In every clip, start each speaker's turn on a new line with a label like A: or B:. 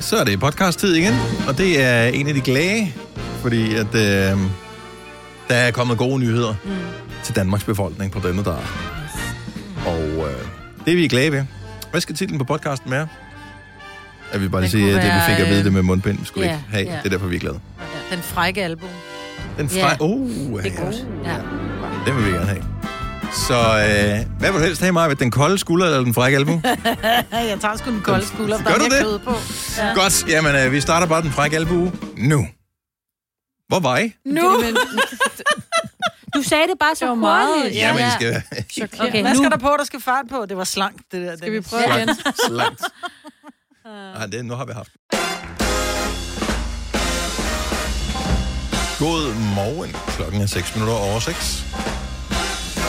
A: Så er det podcast-tid igen, og det er en af de glade, fordi at, øh, der er kommet gode nyheder mm. til Danmarks befolkning på denne dag. Og øh, det er vi glade ved. Hvad skal titlen på podcasten være? Jeg vil bare lige
B: Den
A: sige,
B: kunne
A: at det vi
B: være,
A: fik at vide
B: øh,
A: det med mundbind, vi skulle
B: ja,
A: ikke have.
B: ja.
A: Det er derfor, vi er glade.
B: Den frække album.
A: Den
B: Ja.
A: fra... Oh,
B: Det er godt. Ja.
A: Den vil vi gerne have. Så øh, hvad vil du helst have, Maja? Den kolde skulder eller den frække album?
B: jeg tager sgu den kolde skulder,
A: Gør
B: der er
A: du
B: mere
A: det?
B: kød på. Ja.
A: Godt, jamen øh, vi starter bare den frække albue nu. Hvor var I?
C: Nu! Du sagde det bare så
B: Det var meget.
C: hurtigt.
B: Ja,
A: Jamen, I
B: ja.
A: skal
C: Chokeret. Okay,
B: Hvad
C: nu.
B: skal der på, der skal fart på? Det var slank, det der.
C: Skal vi
B: Dennis.
C: prøve igen?
A: slangt. Nej, det nu har vi haft. God morgen. Klokken er 6 minutter over 6.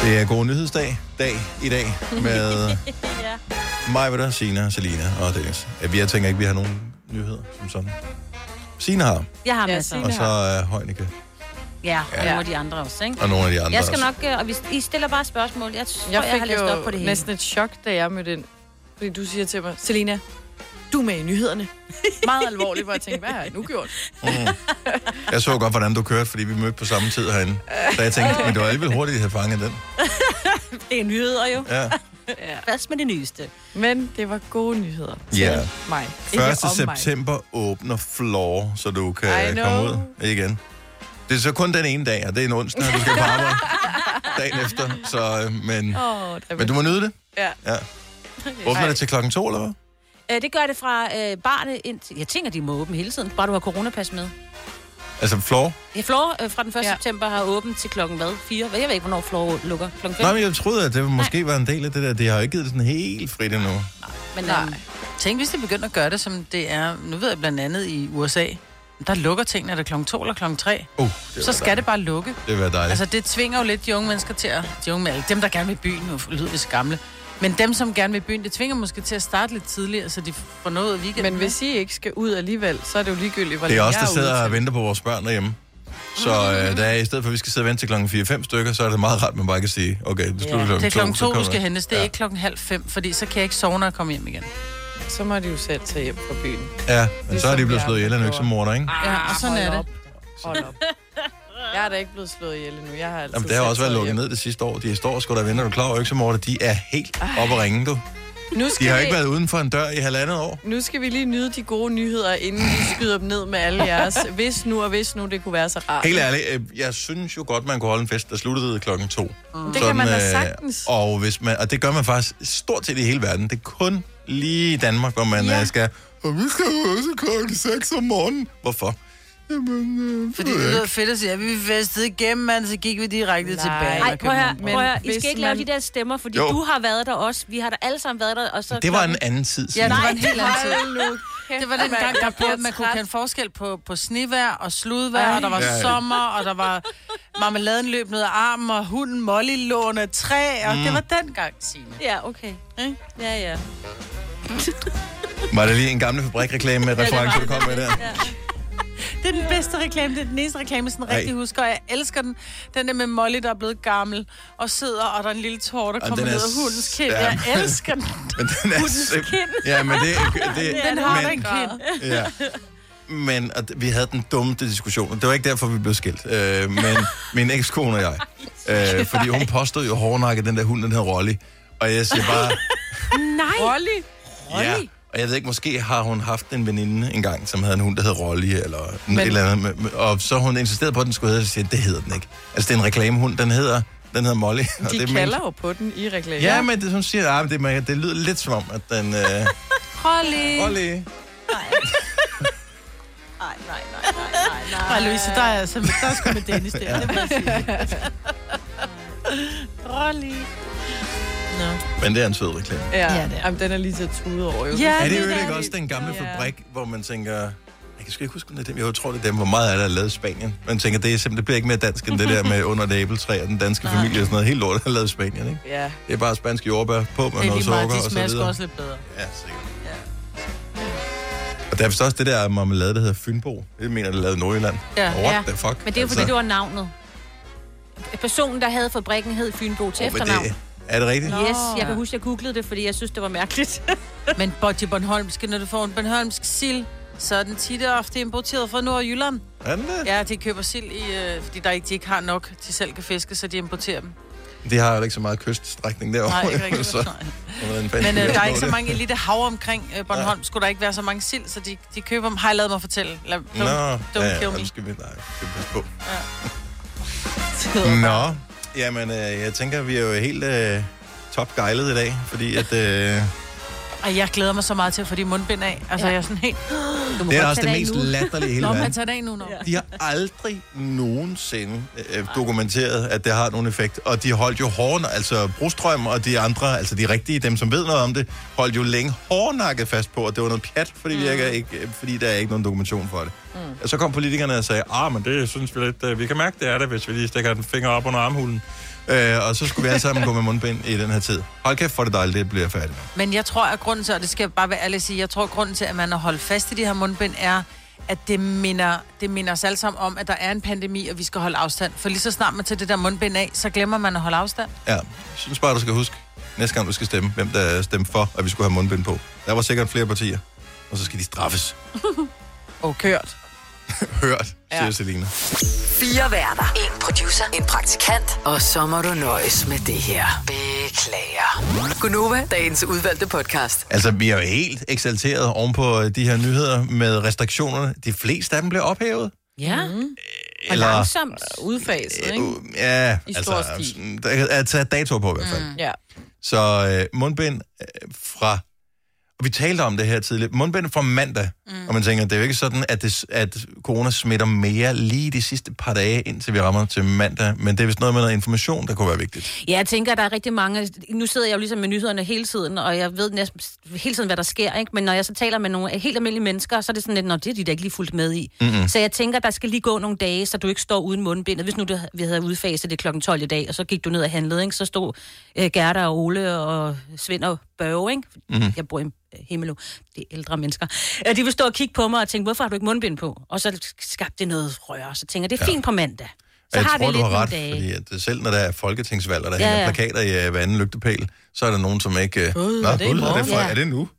A: Det er god nyhedsdag dag i dag med mig, der Sina, Selina og Dennis. Øh, Vi jeg tænker ikke, vi har nogen nyheder som sådan. Sina har,
D: Jeg har
C: Ja,
D: masser.
C: sig.
A: og så er Heunicke
D: Ja,
A: Ja.
D: og nogle af de andre også, ikke?
A: og nogle af de andre
D: Jeg skal
A: også.
D: nok, øh, og hvis I stiller bare spørgsmål. Jeg tror,
C: Jeg
D: jeg, jeg har
C: fik
D: læst op på
C: jo
D: det hele.
C: næsten et chok, da jeg mødte ind. Fordi du siger til mig, Selina, du er med i nyhederne. Meget alvorligt, hvor jeg tænkte, hvad har jeg nu gjort?
A: Jeg så godt, hvordan du kørte, fordi vi mødte på samme tid herinde. Så jeg tænkte, men det var alligevel hurtigt, at have fanget den.
D: Det er nyheder jo.
A: Ja.
D: Fast med det nyeste.
C: Men det var gode nyheder. til
A: Ja.
C: Mig. Ikke
A: 1.
C: om mig.
A: september åbner Floor, så du
C: I
A: kan
C: know.
A: komme ud igen. Det er så kun den ene dag, og det er en onsdag, og du skal på arbejde dagen efter. Så, øh, men,
C: Åh, der
A: men du må nyde det.
C: Ja.
A: ja. Åbner det til klokken to, eller hvad?
D: Øh, det gør det fra øh, barne ind til... Jeg tænker, de må åbne hele tiden, bare du har coronapas med.
A: Altså Floor?
D: Ja, Flore øh, fra den 1.
C: Ja.
D: Ja. september har åbent til klokken hvad? 4? Jeg ved ikke, hvornår Flore lukker. Klokken 5?
A: Nej, men jeg troede, at det måske var en del af det der. Det har jo ikke givet det sådan helt frit endnu. Uh,
D: men, øhm,
B: Nej. Tænk, hvis de begynder at gøre det, som det er... Nu ved jeg blandt andet i USA. Der lukker tingene, er det klokken 2 eller klokken 3?
A: Uh, det
B: Så skal det bare lukke.
A: Det vil være dejligt.
B: Altså, det tvinger jo lidt de unge mennesker til at... De unge, altså, dem, der gerne vil i byen, nu lyder vi så gamle. Men dem, som gerne vil i byen, det tvinger måske til at starte lidt tidligere, så de får noget ud af weekenden.
C: Men hvis I ikke skal ud alligevel, så er det jo ligegyldigt, hvor
A: Det er
C: længe
A: os, der
C: jeg ude
A: sidder og
C: til.
A: venter på vores børn derhjemme. Så øh, der er, i stedet for, at vi skal sidde og vente til klokken 4-5 stykker, så er det meget rart, at man bare kan sige, okay, det slutter ja, klokken
B: det er klokken
A: så
B: to, du
A: kommer
B: skal
A: jeg.
B: hentes. Det er ja. ikke klokken halv fem, fordi så kan jeg ikke sove, når jeg kommer hjem igen.
C: Så må de jo selv tage hjem fra byen.
A: Ja, men så er de
C: som
A: blevet
C: vi
A: slået ihjel af en
C: Ligesom andre
A: øksemorder,
C: Ah,
A: ikke?
B: Ja, og sådan
C: hold
B: er det.
C: op. Hold op. Jeg er da ikke blevet slået ihjel endnu. Jeg har altid
A: Jamen, det har
C: selv
A: også været
C: taget
A: lukket
C: hjem.
A: ned det sidste år. De står sgu der og venter. Er du klar over, øksemorder, de er helt oppe at ringe, du.
C: Nu
A: De
C: skal,
A: har
C: vi,
A: ikke været uden for en dør i halvandet år.
C: nu skal vi lige nyde de gode nyheder, inden vi skyder dem ned med alle jeres. Hvis nu og hvis nu, det kunne være så rart.
A: Helt ærligt, øh, jeg synes jo godt, man kunne holde en fest, der sluttede klokken to. Mm.
C: Det kan man da sagtens.
A: Og, hvis man, og det gør man faktisk stort set i hele verden. Det er kun lige i Danmark, hvor man ja. skal... Og vi skal jo også klokken 6 om morgenen. Hvorfor? Jamen, øh,
B: Fordi det lyder fedt at sige, at vi festede igennem, mand, så gik vi direkte
C: Nej.
B: tilbage.
D: Nej, prøv at høre,
C: Men
D: prøv at høre. I
C: hvis
D: skal ikke lave
C: man-
D: de der stemmer, fordi
A: Jo.
D: jo. du har været der også. Vi har da alle sammen været der, og så...
A: det var en
D: klokken-
A: anden tid
B: Ja,
A: siden.
B: det
A: Ja,
B: var en helt anden tid.
C: Hold nu kæft,
B: Det var den
C: mand.
B: gang, der
C: Jeg bliver
B: på, man kunne
C: træt.
B: kende forskel på, på snevær og sludvær,
C: Ej.
B: og der var
A: Ja, ja.
B: sommer, og der var marmeladen løb ned ad armen, og hunden Molly lå under et træ, og mm. det var den gang, Signe.
D: Ja, okay.
B: Ikke?
D: Ja, ja.
A: Var det lige en gamle fabrikreklame med reference, du kom med der?
B: Det er den bedste reklame, det er den eneste reklame, jeg sådan
A: Ej.
B: rigtig husker, og jeg elsker den. Den der med Molly, der er blevet gammel, og sidder, og der er en lille tår, der
A: Jamen,
B: kommer
A: den
B: ned
A: er
B: af hundens kind.
A: s- ja.
B: Jeg elsker den.
A: Men den er simp- Ja, men det, det,
B: Den har
A: men,
B: den kind.
A: Ja. Men og d- vi havde den dummeste diskussion, og det var ikke derfor, vi blev skilt. Øh, men min ekskone og jeg. Øh, fordi hun påstod jo hårdnakket, den der hund, den her Rolly. Og jeg siger bare,
D: Nej!
C: Rolly.
A: ja. Og jeg ved ikke, måske har hun haft en veninde engang, som havde en hund, der hed Rolly, eller men... et eller andet. men- men- Og så hun insisterede på, at den skulle hedde, så siger jeg, det hedder den ikke. Altså, det er en reklamehund, den hedder, den hedder Molly. og
C: De
A: det
C: det
A: er
C: kalder jo på den i reklamen.
A: Ja, men det, hun siger, at det, men det lyder lidt som om, at den... Øh,
B: Holly.
A: Rolly.
D: Nej, nej, nej, nej, nej, nej.
B: Ej, Louise, der er, altså, der er sgu med Dennis der. Det må jeg sige. Rolly. No.
A: Men det er en sød reklame.
C: Ja,
B: Ja, det er.
C: Jamen, den er lige til at tude over. Jo.
B: Ja,
A: Er det
B: er
A: jo ikke
B: det.
A: også den gamle
C: Ja.
A: fabrik, hvor man tænker... Jeg kan sgu ikke huske, om det er dem. Jeg tror, det er dem, hvor meget af det er lavet i Spanien. Man tænker, det, er simpelthen, det bliver ikke mere dansk end det der med under et æbletræ og den danske familie og sådan noget. Helt lort er lavet i Spanien, ikke?
C: ja.
A: Det er bare spanske jordbær på med
B: Det er
A: noget
B: lige meget,
A: sukker
B: de
A: og så
B: smager sgu
A: videre.
B: også lidt bedre.
A: Ja, sikkert. Og der er vist også det der marmelade, der hedder Fynbo. Det mener, det er lavet i Nordjylland.
B: Ja.
A: What
D: Ja.
A: the fuck? altså?
D: Men det er jo fordi, det var navnet. Personen, der havde fabrikken, hed Fynbo til
A: Åh, men
D: efternavn.
A: det, er det rigtigt?
D: Yes, jeg
C: Ja.
D: kan huske, jeg googlede det, fordi jeg synes, det var mærkeligt.
B: Men Bodje Bornholmske, når du får en Bornholmsk sild, så er den tit og ofte importeret fra Nordjylland.
A: Er den det?
B: Ja, de køber sild, i, øh, fordi der ikke, de ikke har nok til selv kan fiske, så de importerer dem.
A: Det har jo ikke så meget kyststrækning derovre.
B: Nej, ikke rigtig. Men øh, der er ikke så mange elite hav omkring øh, Bornholm. Ja. Skulle der ikke være så mange sild, så de, de køber dem. Har jeg lavet mig fortælle? Lad, don't,
A: Nå,
B: don't
A: ja,
B: kill
A: ja,
B: me.
A: nu skal vi, nej, skal vi passe på.
B: Nå.
A: Nå, jamen, øh, jeg tænker, vi er jo helt øh, topgejlet i dag, fordi at... Øh,
B: Og jeg glæder mig så meget til at få de mundbind af. Altså, ja. jeg er sådan helt...
A: Du må Det er godt også tage det det af mest nu. latterlige i hele
B: Nå,
A: verden.
B: man tager det af nu, når.
A: De har aldrig nogensinde øh, dokumenteret, at det har nogen effekt. Og de holdt jo hården, altså Brostrøm og de andre, altså de rigtige, dem som ved noget om det, holdt jo længe hårdnakket fast på, at det var noget pjat, for det virker ikke, øh, fordi der er ikke nogen dokumentation for det. Mm. Og så kom politikerne og sagde, ah, men det synes vi lidt, øh, vi kan mærke, det er det, hvis vi lige stikker den finger op under armhulen. Øh, og så skulle vi alle sammen gå med mundbind i den her tid. Hold kæft, for det dejligt, det bliver jeg færdig med.
B: Men jeg tror, at grunden til, og det skal jeg bare være ærlig at sige, jeg tror, at grunden til, at man har holdt fast i de her mundbind, er, at det minder, det minder os alle sammen om, at der er en pandemi, og vi skal holde afstand. For lige så snart man tager det der mundbind af, så glemmer man at holde afstand.
A: Ja, jeg synes bare, du skal huske, næste gang du skal stemme, hvem der stemte for, at vi skulle have mundbind på. Der var sikkert flere partier, og så skal de straffes.
B: Og kørt.
A: Hørt, siger ja. Selina.
E: Fire værter. En producer. En praktikant. Og så må du nøjes med det her. Beklager. Gunova, dagens udvalgte podcast.
A: Altså, vi er jo helt eksalteret oven på øh, de her nyheder med restriktionerne. De fleste af dem blev ophævet.
D: Ja. Mm.
C: Og
A: Eller-
C: langsomt udfaset, ikke?
A: Ja,
C: I stor
A: altså,
C: stil.
A: der er taget dato på i hvert fald. Mm.
C: Ja.
A: Så øh, mundbind øh, fra... Og vi talte om det her tidligere. Mundbind fra mandag. Mm. Og man tænker, det er jo ikke sådan, at, det, at corona smitter mere lige de sidste par dage, indtil vi rammer til mandag. Men det er vist noget med noget information, der kunne være vigtigt.
D: Ja, jeg tænker, at der er rigtig mange... Nu sidder jeg jo ligesom med nyhederne hele tiden, og jeg ved næsten hele tiden, hvad der sker, ikke? Men når jeg så taler med nogle helt almindelige mennesker, så er det sådan lidt, nå, det er de da ikke lige fuldt med i.
F: Mm-mm.
D: Så jeg tænker, der skal lige gå nogle dage, så du ikke står uden mundbindet. Hvis nu det, vi havde udfaset det kl. 12 i dag, og så gik du ned og handlede, ikke? Så stod øh, Gerda og Ole og Svend og Børge, ikke?
F: Mhm.
D: Mm-hmm. Jeg bor i øh, Himmelå. Det er ældre mennesker. Øh, De vil stå og kigge på mig og tænke, hvorfor har du ikke mundbind på? Og så skabte det noget røre. Så tænker jeg, det er
A: Ja.
D: fint på mandag. Så
A: Og jeg tror,
D: har vi
A: du
D: lidt
A: har
D: nogle
A: ret,
D: dage.
A: fordi at øh, selv når der er folketingsvalg, og der
D: Ja,
A: ja, hænger
D: ja.
A: plakater i øh, hver anden lygtepæl, så er der nogen, som ikke... Øh, Nå,
D: Gud,
A: gud,
D: er det i
A: er
D: morgen?
A: det, for,
D: Ja.
A: er det nu?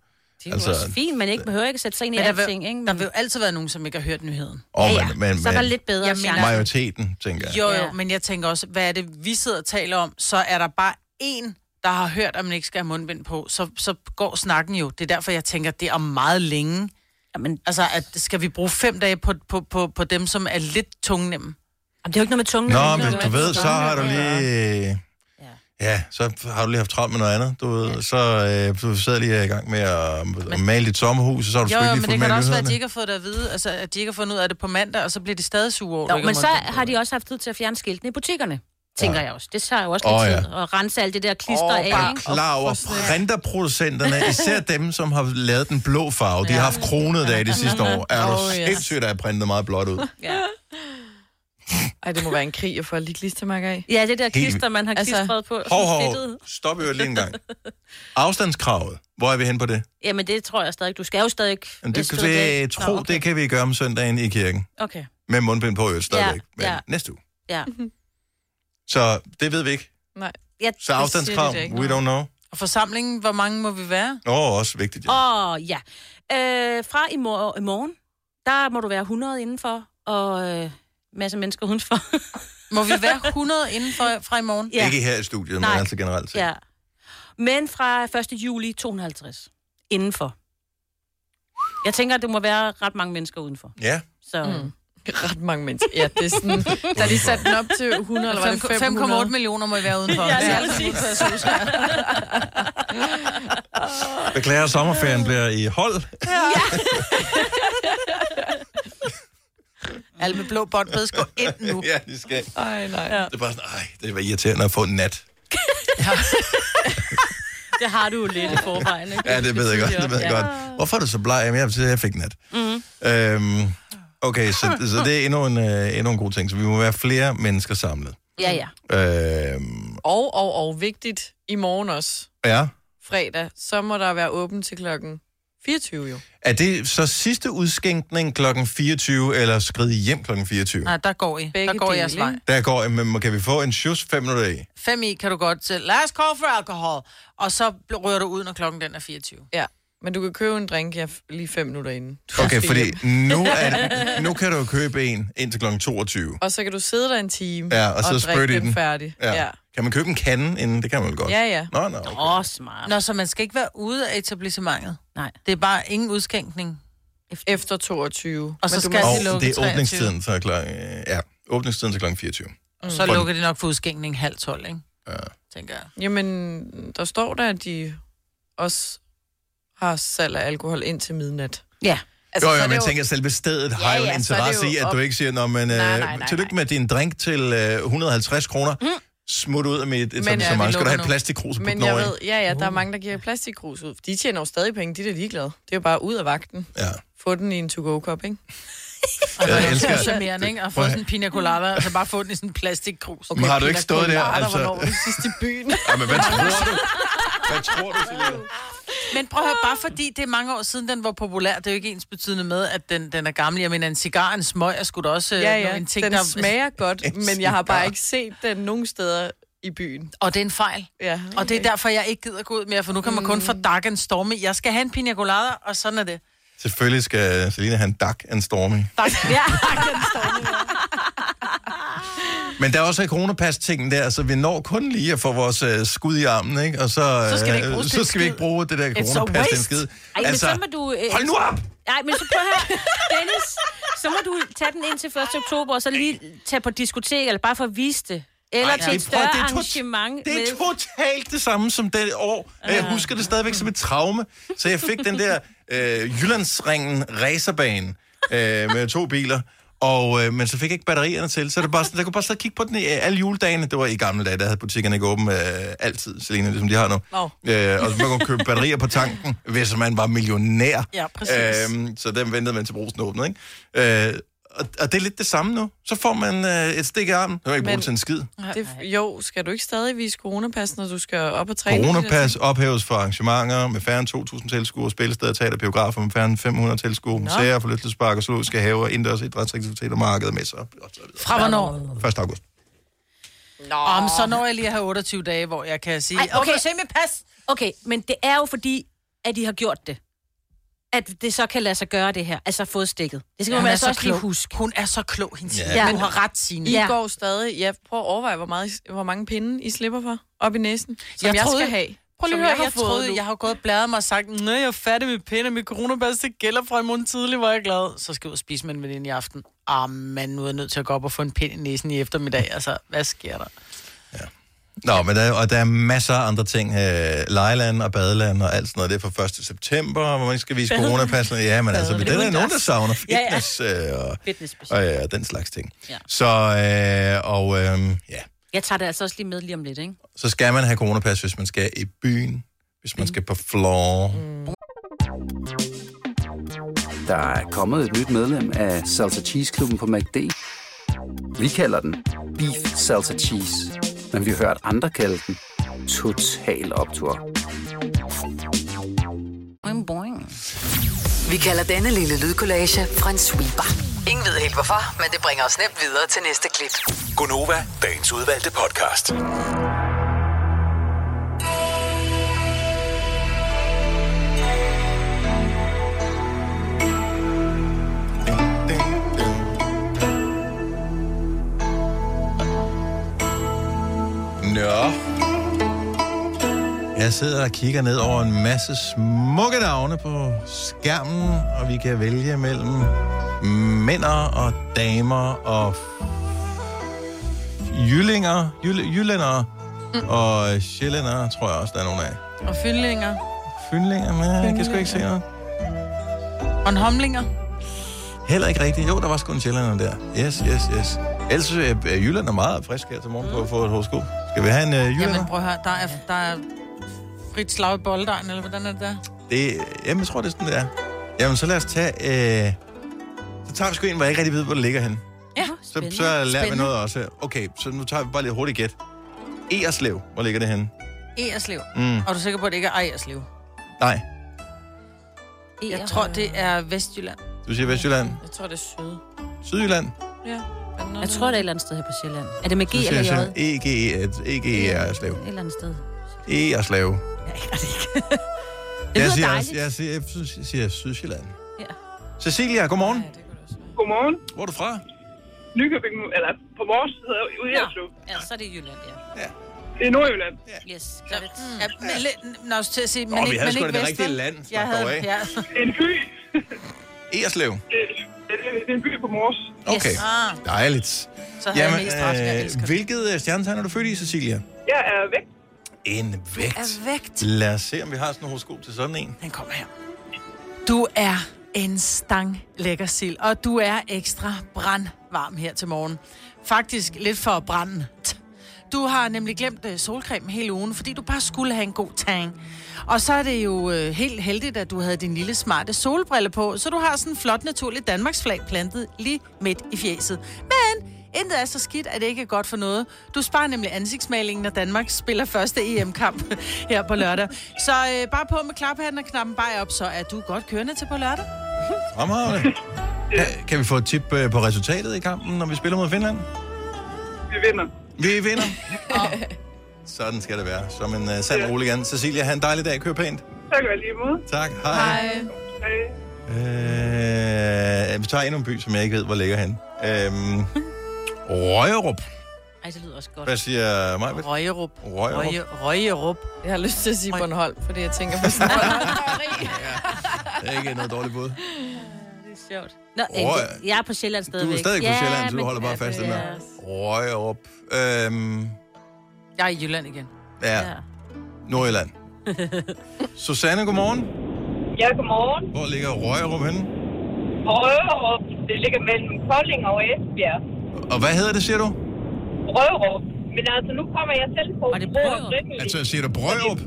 D: Det er altså, også fint, man ikke behøver ikke at sætte sig ind i
B: Men der vil-
D: alting, ikke? Men... Der vil
B: jo altid være nogen, som ikke har hørt nyheden.
A: Åh, Ja, ja. men- men-
D: så er der
A: men-
D: lidt bedre
B: Jeg
D: jeg
B: mener-
D: chance.
A: Majoriteten, tænker jeg.
B: Jo, jo, men jeg tænker også, hvad er det, vi sidder og taler om? Så er der bare en, der har hørt, at man ikke skal have mundbind på. Så, så går snakken jo. Det er derfor, jeg tænker, det er om meget længe.
D: Jamen,
B: altså, at skal vi bruge fem dage på, på, på, på dem, som er lidt tungnemme?
D: Jamen, det er jo ikke noget med tungnemme.
A: Nå, men du ved, så har du lige... Ja, så har du lige haft travlt med noget andet, du ved. Så øh, du sidder lige i gang med at, at male dit sommerhus, og så har du
B: jo,
A: sgu
B: jo,
A: ikke
B: men
A: lige
B: det
A: fulgt med
B: kan da
A: i
B: også være, at de
A: nyhederne.
B: ikke har fået det at vide, altså, at de ikke har fundet ud af det på mandag, og så bliver de stadig sure over, at du
D: Jo,
B: ikke
D: men
B: har
D: så
B: mundbind på.
D: har de også haft tid til at fjerne skiltene i butikkerne, tænker jeg også. Det tager jo også
A: Åh,
D: lidt
A: ja.
D: tid at rense alt det der klister
A: Og
D: af,
A: bare
D: ikke?
A: klar over printerproducenterne, især dem, som har lavet den blå farve. De har haft kronede dage de sidste år. Er du
C: Oh, yes.
A: sindssygt, der er printet meget blåt ud?
D: Ja.
C: Ej, det må være en krig at få lidt klistermærker af.
D: Ja, det der
A: Helt klister,
D: man har klistret på.
A: Hov, hov, stop i øvrigt lige en gang. Afstandskravet, hvor er vi hen på det?
D: Jamen, det tror jeg stadig. Du skal jo stadig...
A: Jamen,
D: øh,
A: det, kan,
D: stå
A: det,
D: der.
A: tro,
D: Nå, okay.
A: det kan vi gøre om søndagen i kirken.
D: Okay,
A: Med mundbind på øvrigt stadigvæk. Men
D: ja.
A: næste uge.
D: ja.
A: Så det ved vi ikke.
C: Nej.
D: Jeg,
A: Så afstandskrav, we don't know.
B: Og forsamlingen, hvor mange må vi være?
A: Åh, oh, også vigtigt. Ja.
D: Åh, oh, ja. Øh, fra i, mor- i morgen, der må du være 100 indenfor, og øh, masser af mennesker udenfor.
B: Må vi være 100 indenfor fra i morgen?
A: Ikke her i studiet, men
D: Nej.
A: altså generelt set.
D: Ja. Men fra 1. juli 250 indenfor. Jeg tænker, at det må være ret mange mennesker udenfor.
A: Ja.
D: Så... Mm.
C: Ret mange mennesker. Ja, det er sådan... Der er lige sat den op til 100, eller var det 500?
B: 5,8 millioner må I være udenfor.
C: Ja, lige
B: altså
C: præcis.
B: modtaget sus.
A: Beklager, sommerferien bliver i hold.
B: Alle med blå bånd ved gå ind nu.
A: ja, de skal.
C: Ej, nej. Ja.
A: Det er bare sådan, ej, det var irriterende at få en nat.
D: Det har du jo lidt i forvejen, ikke?
A: Ja, det ved jeg godt, det ved jeg godt. Hvorfor er du så bleg? Jamen, jeg, jeg fik en nat.
D: Mm.
A: Øhm, okay, så, så det er endnu en, øh, endnu en god ting. Så vi må være flere mennesker samlet.
D: Ja, ja.
A: Øhm,
C: Og, og, og vigtigt, i morgen også,
A: ja.
C: fredag, så må der være åben til klokken 24 jo.
A: Er det så sidste udskænkning klokken 24, eller skrid hjem klokken 24?
B: Nej, der går I. Begge der går jeres vej.
A: Der går, men kan vi få en shoes 5 minutter i?
B: 5 i kan du godt til. Last call for alcohol. Og så bl- rører du ud, når klokken den er 24.
C: Ja. Men du kan købe en drink ja, f- lige fem minutter inden. Du
A: Okay,
C: skal
A: fordi
C: hjem.
A: nu, er, nu kan du jo købe en indtil kl. 22.
C: Og så kan du sidde der en time
A: Ja, og så
C: drikke
A: spytte i
C: dem
A: den.
C: færdig.
A: Ja. ja. Kan man købe en kande inden? Det kan man vel godt.
B: Ja, ja.
A: Nå, nå. Okay.
D: Åh, oh, smart.
B: Nå, så man skal ikke være ude af etablissementet.
D: Nej.
B: Det er bare ingen udskænkning.
C: Efter 22.
B: Og så
C: Men du
B: skal
C: må-
B: de
A: Og
B: lukke
A: det er
B: 23.
A: åbningstiden til kl. øh, Ja, åbningstiden til kl. 24.
C: Altså,
B: Så
A: For-
B: lukker de nok for udskænkning halv tolv, ikke?
A: Ja.
B: Tænker jeg.
C: Jamen, der står der, at de også har salg af alkohol indtil midnat.
D: Ja.
A: Altså, jo, jo,
C: så er
A: men
C: det
A: jeg tænker, at selve stedet har
C: Ja,
A: jo en
C: ja, så er det
A: interesse
C: jo
A: i, at
C: op-
A: du ikke siger, Nå, men,
C: nej,
A: øh,
C: nej, nej. Hmm.
A: tillykke med din drink til øh, 150 kroner. Mm. Smut ud af mit etablissement.
C: ja,
A: Ja, skal du have
C: vi lukker
A: et
C: nu.
A: plastikkrus på
C: Men jeg ved, ja, ja, der er mange, der giver plastikkrus ud. De tjener jo stadig penge, de er da ligeglade. Det er jo bare ud af vagten.
A: Ja.
C: Få den i en to-go-kop, ikke?
B: Og
A: Jeg
B: jeg
A: elsker-
B: elsker... Charmerende, ikke? Og få
A: Prøv at-
B: sådan en pina colada, og så bare få den i sådan en plastikkrus.
A: Men har du ikke stået der, altså?
C: Altså... Hvornår var det sidst i byen?
A: Ja, men hvad tror du? Hvad tror du, Selina?
B: Men prøv at høre, bare fordi det er mange år siden, den var populær, det er jo ikke ens betydende med, at den, den er gammel. Jeg mener, en cigar, en smøg, er sgu da også øh,
C: ja, ja,
B: en ting,
C: den
B: der...
C: smager godt,
A: En
C: men jeg
A: cigar.
C: har bare ikke set den nogen steder i byen.
B: Og det er en fejl.
C: Ja,
B: Og det er derfor, jeg ikke gider gå ud mere, for nu kan man
D: Mm.
B: kun få dark and stormy. Jeg skal have en pina colada, og sådan er det.
A: Selvfølgelig skal Selina have en dak and stormy.
B: Dark. Ja.
A: Men der er også coronapas-tingen der, så vi når kun lige at få vores øh, skud i armen, ikke? Og så,
B: Så skal vi
A: øh,
B: ikke bruge
A: så
B: den
A: skal vi ikke
B: skid.
A: bruge det der
B: a
A: coronapas til en
B: waste.
A: skid.
D: Ej, altså, men så må du... Øh,
A: hold nu op!
D: Nej, men så prøv her. Dennis, så må du tage den ind til 1. oktober, og så lige tage på diskotek, eller bare for at vise det. Eller Ej, til
A: Ej,
D: et
A: prøv
D: større
A: at-
D: prøv,
A: tot-
D: arrangement.
A: Det er
D: med-
A: totalt det samme som det år. Ja. Jeg husker det stadigvæk som et traume. Så jeg fik den der øh, Jyllandsringen racerbane øh, med to biler. Og, øh, men så fik jeg ikke batterierne til, så det bare sådan, jeg kunne bare sidde og kigge på den i, øh, alle juledagene. Det var i gamle dage, der havde butikkerne ikke åben øh, altid, Selina, ligesom de har nu.
B: Nå.
A: Øh, og så man kunne købe batterier på tanken, hvis man var millionær.
B: Ja, præcis.
A: Øhm, så den ventede man til brugsen åbnede, ikke? Øh, og, og det er lidt det samme nu. Så får man øh, et stik i armen. Det var ikke
C: Men-
A: brugt til en skid.
C: Det, jo, skal du ikke stadig vise coronapas, når du skal op og træne? Altså,
A: Coronapas ophæves for arrangementer med færre end 2.000 tilskuere, spillesteder, teater, biografer med færre end 500 tilskuere, museer, forlystelsesparker, zoologiske haver, indendørs idrætsaktiviteter, markeder, messer og så videre.
B: Fra hvornår?
A: 1. august.
B: Om, så når jeg lige har 28 dage, hvor jeg kan sige...
D: Ej, okay.
B: se med pas!
D: Okay, men det er jo fordi, at I har gjort det. At det så kan lade sig gøre det her. Altså fået stikket. Det skal
B: Hun
D: man
B: er
D: altså
B: så
D: også lige
B: klog.
D: huske.
B: Hun er så klog, hende
A: Ja.
B: Signe.
D: Ja.
B: Du har ret, Signe.
C: I
D: Ja.
C: ja. går stadig. Ja, prøv at overveje, hvor, meget, I- hvor mange pinde I slipper for op i næsen,
B: Jeg
C: som jeg, jeg
B: troede-
C: skal have.
B: Prøv lige
C: som
B: at høre, jeg, jeg
C: har fået
B: troede,
C: nu.
B: jeg har gået og bladret mig og sagt, nej, jeg er fattig med pinde, mit coronapas, det gælder fra i morgen tidlig, hvor jeg er glad. Så skal jeg ud og spise med en veninde i aften. Ah, man, nu er jeg nødt til at gå op og få en pind i næsen i eftermiddag. Altså, hvad sker der?
A: Nå, men der, og der er masser af andre ting. Øh, Lejland og badeland og alt sådan noget. Det er fra 1. september, hvor man skal vise coronapassene. Ja, men altså, men det er der nogen, der savner fitness ja, ja. Øh, og,
D: Fitness special.
A: og ja, den slags ting.
D: Ja.
A: Så, øh, og øh, ja,
D: Jeg tager det altså også lige med lige om lidt, ikke?
A: så skal man have coronapas, hvis man skal i byen, hvis man skal på floor.
F: Der er kommet et nyt medlem af Salsa Cheese Klubben på MACD. Vi kalder den Beef Salsa Cheese. Men vi har hørt andre kalde den Total Optor.
D: Boing, boing.
E: Vi kalder denne lille lydkollage en sweeper. Ingen ved helt hvorfor, men det bringer os nemt videre til næste klip.
G: Gunova, dagens udvalgte podcast.
A: Nå. Jeg sidder og kigger ned over en masse smukke navne på skærmen, og vi kan vælge mellem mænd og damer og jyllinger, jyl- jyllænder og sjællænder, tror jeg også, der er nogle af.
B: Og fyldninger.
A: Fynlinger, men jeg kan sgu ikke se noget.
B: Og en homlinger.
A: Heller ikke rigtigt. Jo, der var sgu en sjællænder der. Yes, yes, yes. Ellers er er Jylland er meget frisk her til morgen på at få et horoskop. Skal vi have en uh, jyllænder?
B: Jamen, prøv at høre, der er, der er frit slag i bolddejen, eller hvordan er det der?
A: Det, jamen, jeg tror, det er sådan, det er. Jamen, så lad os tage... Øh, så tager vi sgu en, hvor jeg ikke rigtig ved, hvor det ligger henne.
D: Ja,
A: Så,
D: spændende.
A: så lærer vi noget også her. Okay, så nu tager vi bare lidt hurtigt gæt. Ejerslev, hvor ligger det henne?
B: Ejerslev.
A: Mm.
B: Og er du sikker på, at det ikke er Ejerslev?
A: Nej,
D: E
B: Jeg tror, det er Vestjylland.
A: du siger Vestjylland.
C: Jeg tror, det er søde.
A: Sydjylland.
C: Ja. men
D: Jeg tror, det er et eller andet sted her på Sjælland. Er det med G
A: Så siger
D: E
A: E
D: eller
A: jeg
D: J?
A: Sjælland. E E-G-E-R-S-Lev.
D: Et eller andet sted.
A: Ejerslev. jeg
D: lyder
A: siger
D: dejligt.
A: Også, jeg, siger, jeg, synes, jeg siger Sydsjælland.
D: Ja.
A: Cecilia, godmorgen.
H: Godmorgen.
A: Hvor er du fra?
H: Nykøbing, eller på vores hedder ude i Oslo.
D: Ja, så er det Jylland, ja.
H: Det er Nordjylland.
D: Yes, got it.
A: Mm.
B: Ja, men, lidt- nå, til at sige, men
A: Åh, vi
B: ikke,
A: havde
B: men
A: sgu
B: ikke
A: da det rigtige
B: Vestland.
A: land, slap
B: Jeg havde,
A: dog af.
B: ja.
H: Det er en by.
A: Erslev.
H: Det, det, det, det er en by på Mors.
A: Okay,
B: Ah,
A: dejligt.
B: så havde jeg mest ret, jeg elsker det.
A: hvilket øh, stjernetegn er du født i, Cecilia?
H: Jeg er væk.
A: En vægt.
B: Er vægt.
A: Lad os se, om vi har sådan en horoskop til sådan en.
B: Den kommer her. Du er en stang lækker sild, og du er ekstra brandvarm her til morgen. Faktisk lidt for brændt. Du har nemlig glemt øh, solcremen hele ugen, fordi du bare skulle have en god tang. Og så er det jo øh, helt heldigt, at du havde din lille smarte solbrille på, så du har sådan en flot naturlig Danmarksflag plantet lige midt i fjeset. Men Intet er så skidt, at det ikke er godt for noget. Du sparer nemlig ansigtsmalingen, når Danmark spiller første EM-kamp her på lørdag. Så øh, bare på med klaphatten og knappen bare op, så er du godt kørende til på lørdag.
A: Fremragende. Kan- Kan vi få et tip øh, på resultatet i kampen, når vi spiller mod Finland?
H: Vi vinder.
A: Vi vinder. Sådan skal det være. Som en uh, sand rolig an. Cecilia, have en dejlig dag. Kør pænt.
H: Tak og i lige måde.
A: Tak. Hej. Hej.
H: Hej.
A: Øh, vi tager endnu en by, som jeg ikke ved, hvor ligger han. Øhm, Røgerup.
D: Ej, det lyder også godt.
A: Hvad siger mig?
B: Røgerup.
A: Røgerup.
B: Røge, Røgerup.
C: Jeg har lyst til at sige
B: Oj.
C: Bornholm, fordi jeg tænker på sådan
A: Det er ikke noget dårligt bud.
D: Det er sjovt. Nå,
A: Åh,
D: øh, jeg er på Sjælland stadigvæk.
A: Du er stadig på
D: Ja,
A: Sjælland, så du
D: men-
A: holder bare fast i den der.
C: yes.
A: Røgerup. Øhm,
B: Jeg er i Jylland igen.
A: ja,
D: Ja.
A: Nordjylland. Susanne, godmorgen.
H: Ja, godmorgen.
A: Hvor ligger Røgerup henne?
H: Røverup. Det ligger mellem Kolding og Esbjerg.
A: Og hvad hedder det, siger du?
H: Røverup. Men altså, nu kommer jeg selv på
D: Var det Brørup?
A: Altså, siger du Brøgerup?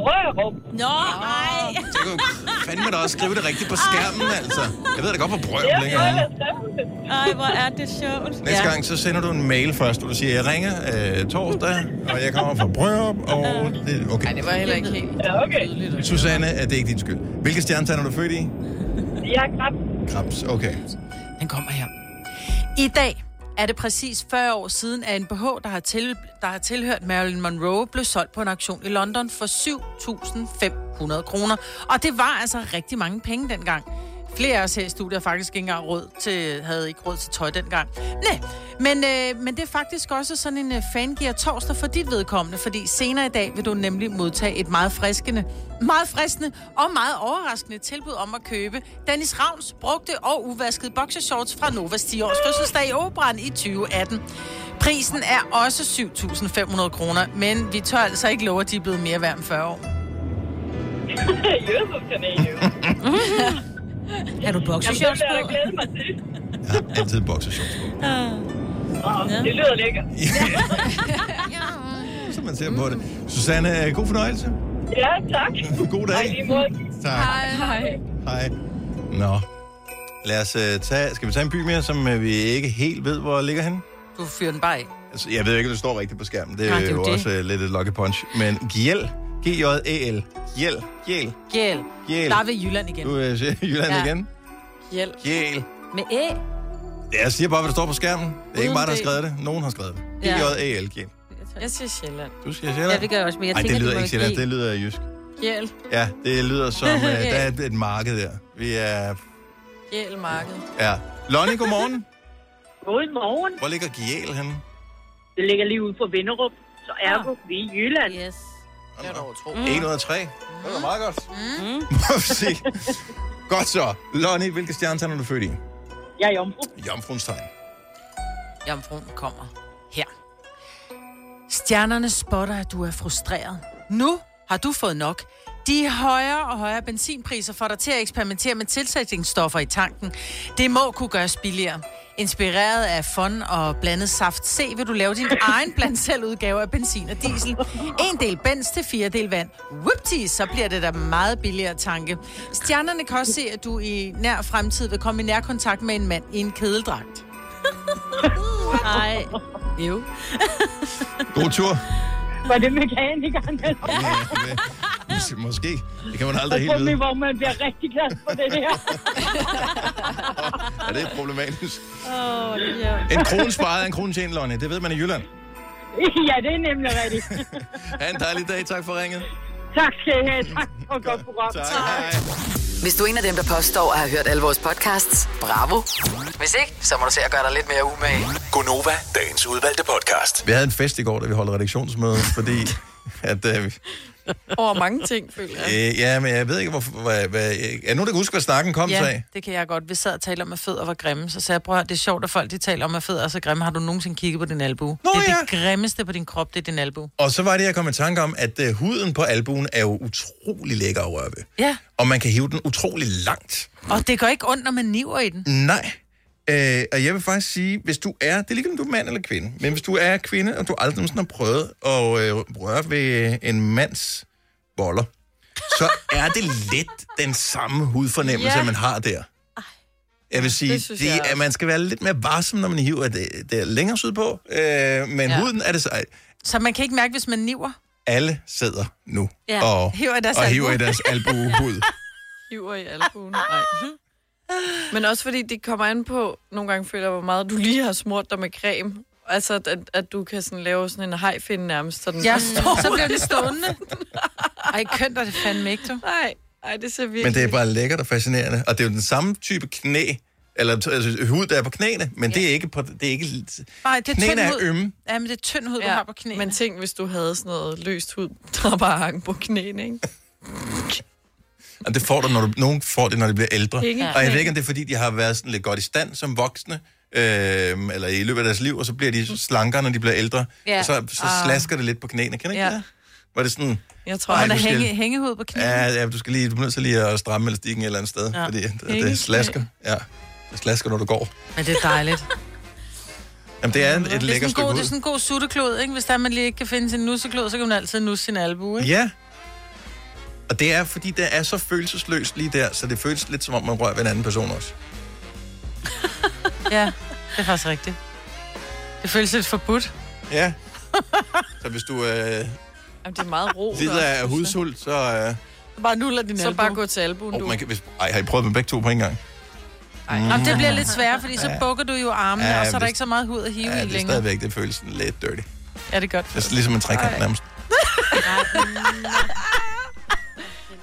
H: Brørup.
D: Nå, ej.
A: Så kan du fandme da også skrive det rigtigt på skærmen, altså. Jeg ved da godt, hvor Brøgerup ligger henne.
D: Ej, hvor er det sjovt.
A: Næste ja. gang, så sender du en mail først, hvor du siger, jeg ringer øh, torsdag, og jeg kommer fra Brørup, og... Det, okay.
C: Nej, det var heller ikke helt
H: Ja, okay.
C: tydeligt. og-
A: Susanne, er det ikke din skyld? Hvilke stjernetegn er du født i?
H: Jeg er knap.
A: Krebs, okay.
B: Den kommer her. I dag er det præcis 40 år siden, at en BH, der har, til, der har tilhørt Marilyn Monroe, blev solgt på en auktion i London for 7.500 kroner. Og det var altså rigtig mange penge dengang. Flere af os her i studiet har faktisk ikke engang råd til, havde ikke råd til tøj dengang. Nej, men, øh, men det er faktisk også sådan en øh, fangear torsdag for dit vedkommende, fordi senere i dag vil du nemlig modtage et meget friskende, meget fristende og meget overraskende tilbud om at købe Dennis Ravns brugte og uvaskede boxershorts fra Novas 10 års fødselsdag i Operan i 2018. Prisen er også 7.500 kroner, men vi tør altså ikke love, at de er blevet mere værd end 40 år.
H: Jesus, kan jeg jo.
D: Er du
H: Jamen,
D: boxershorts
H: det vil jeg da
D: på?
H: glæde mig til.
A: Jeg har altid boxershorts på.
H: Åh, Det lyder lækkert.
A: Så man ser på det. Susanne, øh, god fornøjelse.
H: Ja, tak.
A: God
H: Og i
A: dag.
H: lige måde.
A: Tak. Hej. Nå. Lad os øh, tage... Skal vi tage en by mere, som øh, vi ikke helt ved, hvor ligger henne?
B: Du fyrer den bare af.
A: Altså, jeg ved ikke, om det står rigtigt på skærmen. Det,
B: Nej,
A: Nej,
B: det
A: det
B: er
A: er
B: jo
A: jo
B: det.
A: også øh, lidt et lucky punch. Men Giel. G-J-E-L. Giel. Giel.
B: Gjæl.
A: Gjæl.
B: Der er ved Jylland igen.
A: Du øh, siger Jylland
B: Ja.
A: ja. igen.
C: Hjælp.
A: Gjæl.
D: Med æ?
A: Jeg siger bare, hvad der står på skærmen. Det er ikke
C: Uden
A: mig, der har
C: det.
A: skrevet det. Nogen har skrevet det.
D: Ja.
A: G-J-E-L. Gjæl.
C: Jeg siger Sjælland.
A: Du siger Sjælland.
D: Ja, det gør jeg også, men jeg
A: Ej,
D: tænker,
A: det lyder
D: må
A: ikke
D: give-
A: Sjælland, det lyder jysk.
C: Hjælp.
A: Ja, det lyder som, uh, der er et- et marked der. Vi er...
C: Hjælp marked.
A: Ja. Lonnie, godmorgen.
H: Godmorgen.
A: Hvor ligger Giel henne?
H: Det ligger lige ude for Vinderup. Så er du vi i Jylland.
D: Yes.
C: Det er dog tro.
A: 1 ud af 3. Det var meget godt. Må vi se. Godt så. Lonnie, hvilke stjernetegn er du født i?
H: Jeg er jomfru.
A: Jomfruens tegn.
B: Jomfruen kommer her. Stjernerne spotter, at du er frustreret. Nu har du fået nok. De højere og højere benzinpriser får dig til at eksperimentere med tilsætningsstoffer i tanken. Det må kunne gøres billigere. Inspireret af fond og blandet saft C, vil du lave din egen blandt selv udgave af benzin og diesel. En del bens til fire del vand. Whoopties, så bliver det da meget billigere tanke. Stjernerne kan også se, at du i nær fremtid vil komme i nærkontakt med en mand i en kedeldragt.
D: Ej,
C: Jo.
A: God tur.
H: Var det mekanikeren?
A: Mås- Måske. Det kan man aldrig helt
H: Prøv
A: vide.
H: lige, hvor man bliver rigtig glad for det her.
A: Ja, det er problematisk. En krone sparet er en krone tjent, Lonnie. Det ved man i Jylland.
H: ja, det er nemlig rigtigt.
A: Ha' en dejlig dag. Tak for ringet.
H: Tak skal I have. Tak for et godt program.
E: Hvis du er en af dem, der påstår at have hørt alle vores podcasts, bravo. Hvis ikke, så må du se at gøre dig lidt mere umage.
G: Gonova, dagens udvalgte podcast.
A: Vi havde en fest i går, da vi holdt redaktionsmøde, fordi... At, øh, vi-
C: Over mange ting, føler jeg.
A: øh, ja, men jeg ved ikke, hvor, hvad, hvad, øh, er der nogen, der kan huske, hvad snakken kom ja.
B: Ja,
A: af?
B: det kan jeg godt. Vi sad og talte om, at fødder var grimme, så sagde jeg, prøv at høre, det er sjovt, at folk de taler om, at fødder er så grimme. Har du nogensinde kigget på din albue?
A: Nå,
B: det er
A: ja.
B: det grimmeste på din krop, det er din albue.
A: Og så var det, jeg kom i tanke om, at øh, huden på albuen er jo utrolig lækker at røre ved.
B: Ja,
A: Og man kan hive den utrolig langt.
B: og det går ikke ondt, når man niver i den.
A: Nej. Øh, og jeg vil faktisk sige, hvis du er, det er ligegyldigt, om du er mand eller kvinde, men hvis du er kvinde, og du aldrig nogensinde har prøvet at øh, røre ved en mands boller, så er det lidt den samme hudfornemmelse,
C: Ja.
A: ja. man har der. Jeg vil sige, det
C: synes jeg
A: det,
C: også.
A: at man skal være lidt mere varsom, når man hiver det, det er længere sydpå, øh, men
B: Ja.
A: ja. huden er det så...
B: Så man kan ikke mærke, hvis man niver.
A: Alle sidder nu
D: Ja.
A: og,
B: Hiver i deres
A: og
B: albue.
A: hiver i deres albuehud.
C: Hiver i albuen. Nej. Men også fordi det kommer an på, nogle gange føler jeg, hvor meget du lige har smurt dig med creme. Altså, at, at du kan sådan lave sådan en hajfinde nærmest. Sådan.
B: Ja, så bliver det stående. Ej, kønt er det fandme ikke, du.
C: Nej, nej, det ser virkelig...
A: Men det er bare lækkert og fascinerende. Og det er jo den samme type knæ, eller altså, hud, der er på knæene, men ja. det er ikke... På, det er ikke
B: Nej, det er tynd
A: knæene er
B: hud.
A: ømme.
B: Ja, men det er tynd hud, du har på knæene.
C: Men tænk, hvis du havde sådan noget løst hud, der bare hang på knæene, ikke?
A: Og det får du, når du, nogen får det, når de bliver ældre.
C: Hængeknæ.
A: Og jeg ved ikke, om det er, fordi de har været sådan lidt godt i stand som voksne, øh, eller i løbet af deres liv, og så bliver de slankere, når de bliver ældre.
D: Ja.
A: Og så, så
B: Ah.
A: slasker det lidt på knæene. Kan det ikke
C: Ja.
A: det? Var det sådan,
C: Jeg tror,
B: Og
A: Ej,
B: han
C: han
B: har
C: er...
A: du skal-
B: hænge, hængehud på knæene.
A: ja, ja, du, skal lige, du er nødt til lige at stramme elastikken et eller andet sted, ja. fordi det,
C: Hængeknæ.
A: det slasker. Ja, det slasker, når du går.
B: Men det er dejligt.
A: Jamen, det er et, et
B: Ah. Det er,
A: lækkert
B: sådan
A: stykke
B: god, det er
A: hud.
B: sådan en god sutteklod, ikke? Hvis der man lige ikke kan finde sin nusseklod, så kan man altid nusse sin albue, ikke?
A: Ja. Og det er, fordi det er så følelsesløst lige der, så det føles lidt som om, man rører ved en anden person også.
B: Ja, det er faktisk rigtigt. Det føles lidt forbudt.
A: Ja. så hvis du øh,
C: Jamen, det er meget ro.
A: lider af hudsult, så... Øh,
B: Bare nuller din
C: Så bare gå til albuen,
A: oh,
C: du.
A: man kan, hvis, ej, har I prøvet med begge to på en gang?
B: Nå, det bliver lidt sværere, fordi så bukker du jo armene,
A: Ja,
B: og så er der
A: hvis-
B: ikke så meget hud at hive
A: Ja,
B: i
A: det er
B: længere.
A: stadigvæk, det føles sådan lidt dirty.
B: Ja, det er godt.
A: Det er ligesom en trekant nærmest.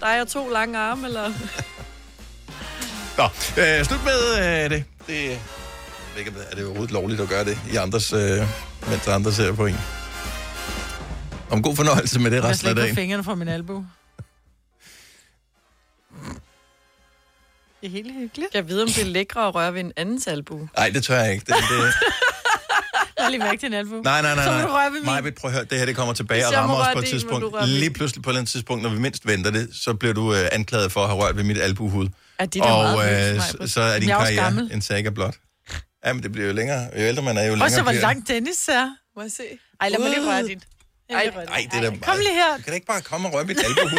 C: Dig og to lange arme, eller...
A: Nå, øh, slut med øh, det. det jeg ved ikke, om det- er det overhovedet lovligt at gøre det, i andres, øh, mens andre ser på en? Om god fornøjelse med det
B: Jeg
A: resten af
B: slet på
A: dagen.
B: fingrene fra min albue. Det er helt hyggeligt.
C: Jeg ved, om det er lækre at røre ved en andens albue.
A: Nej, det tør jeg ikke. Det, det,
B: Jeg har lige mærke din albue.
A: Nej, nej, nej.
B: Så
A: nej.
B: må du røre ved min.
A: Majbrit, prøv at høre, det her det kommer tilbage
C: Hvis
A: og
C: jeg
A: rammer
C: må
A: os
C: røre
A: på et
C: din, må du
A: tidspunkt.
C: røre min.
A: Lige pludselig på et eller andet tidspunkt, når vi mindst venter det, så bliver du øh, anklaget for at have rørt ved mit albuehud.
C: Er de der
A: Og
C: meget
A: øh,
C: løs,
A: så, så er din
B: Jeg er også
A: karriere
B: gammel.
A: en saga blot. Ja, men det bliver jo længere. Jo ældre man er, jo længere
B: Og så hvor
A: bliver det.
B: langt Dennis er.
C: Må jeg se?
B: Ej, lad mig lige røre
A: Øh.
B: dit.
C: Ej,
A: Nej, det er da meget.
B: Kom lige her.
A: Du kan da ikke bare komme og røre mit albuehud.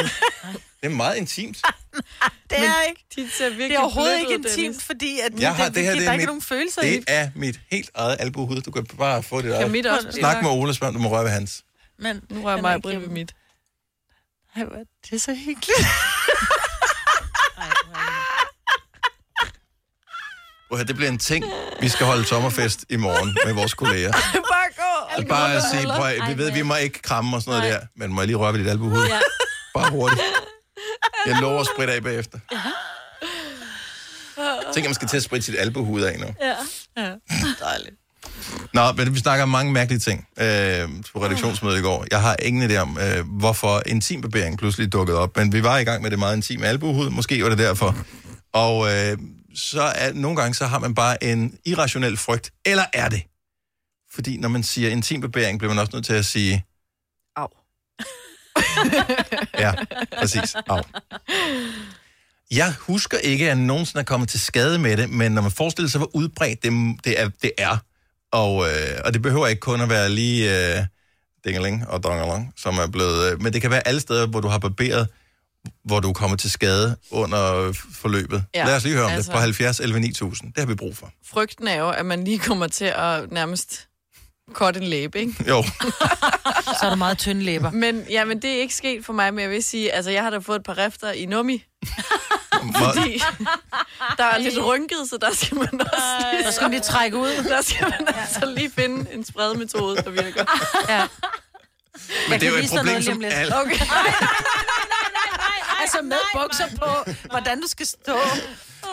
A: det er meget intimt.
B: Ah, Det er ikke.
C: de ser virkelig
B: Det er overhovedet ikke
C: plettet ud,
B: intimt,
C: Dennis.
B: fordi at
A: Jeg har, det, her,
B: der
A: det
B: er
A: er,
B: ikke
A: mit,
B: nogen følelser i.
A: det er mit helt eget albuehud. Du kan bare få dit
C: Ja,
A: eget.
C: mit er også.
A: Snak med Ole, spørg om du må røre ved hans.
B: Men
C: Nu rører
B: Den er
C: mig
B: ikke
C: Britt ved
B: hjemme.
C: mit.
B: Ej, hvor er det er så hyggeligt.
A: Prøv at høre, Det bliver en ting, vi skal holde sommerfest i morgen med vores kolleger.
C: Bare gå!
A: Det er bare at sige, prøv, at- vi ved, vi må ikke kramme og sådan noget der, men må jeg lige røre ved dit albuehud? Ja. Bare hurtigt. Jeg lover at spritte af bagefter. Tænk, at man skal til at spritte sit albuehud af nu. Ja. Nå, men vi snakker om mange mærkelige ting øh, på redaktionsmødet i går. Jeg har ingen idé om, øh, hvorfor intimbarbering pludselig dukkede op, men vi var i gang med det meget intime albuehud. Måske var det derfor. Og øh, så er, nogle gange så har man bare en irrationel frygt. Eller er det? Fordi når man siger intimbarbering, bliver man også nødt til at sige...
C: Au.
A: ja, præcis. Au. Jeg husker ikke, at jeg nogensinde er kommet til skade med det, men når man forestiller sig, hvor udbredt det, det, er, det er, og, øh, og det behøver ikke kun at være lige øh, dingeling og dongeling, som er blevet... Øh, men det kan være alle steder, hvor du har barberet, hvor du kommer til skade under f- forløbet. Ja,
C: Ja,
A: Lad os lige høre om altså.
C: altså.
A: det på 70 11 9000. Det har vi brug for.
C: Frygten er jo, at man lige kommer til at nærmest korte en læbe, ikke?
A: Jo.
B: Så er du meget tynde læber.
C: Men, ja, men det er ikke sket for mig, men jeg vil sige, altså jeg har da fået et par rifter i nummi,
A: Hvor,
C: fordi der er lidt rynket, så der skal man også lige,
B: Så skal man lige trække ud.
C: der skal man altså lige finde en spredmetode, der virker.
B: Ja.
A: men det er jo
B: kan
A: et
B: vise dig
A: problem,
B: noget lige om
A: som
B: lidt.
A: alle...
C: Okay.
B: bukser Altså med bukser på, hvordan du skal stå.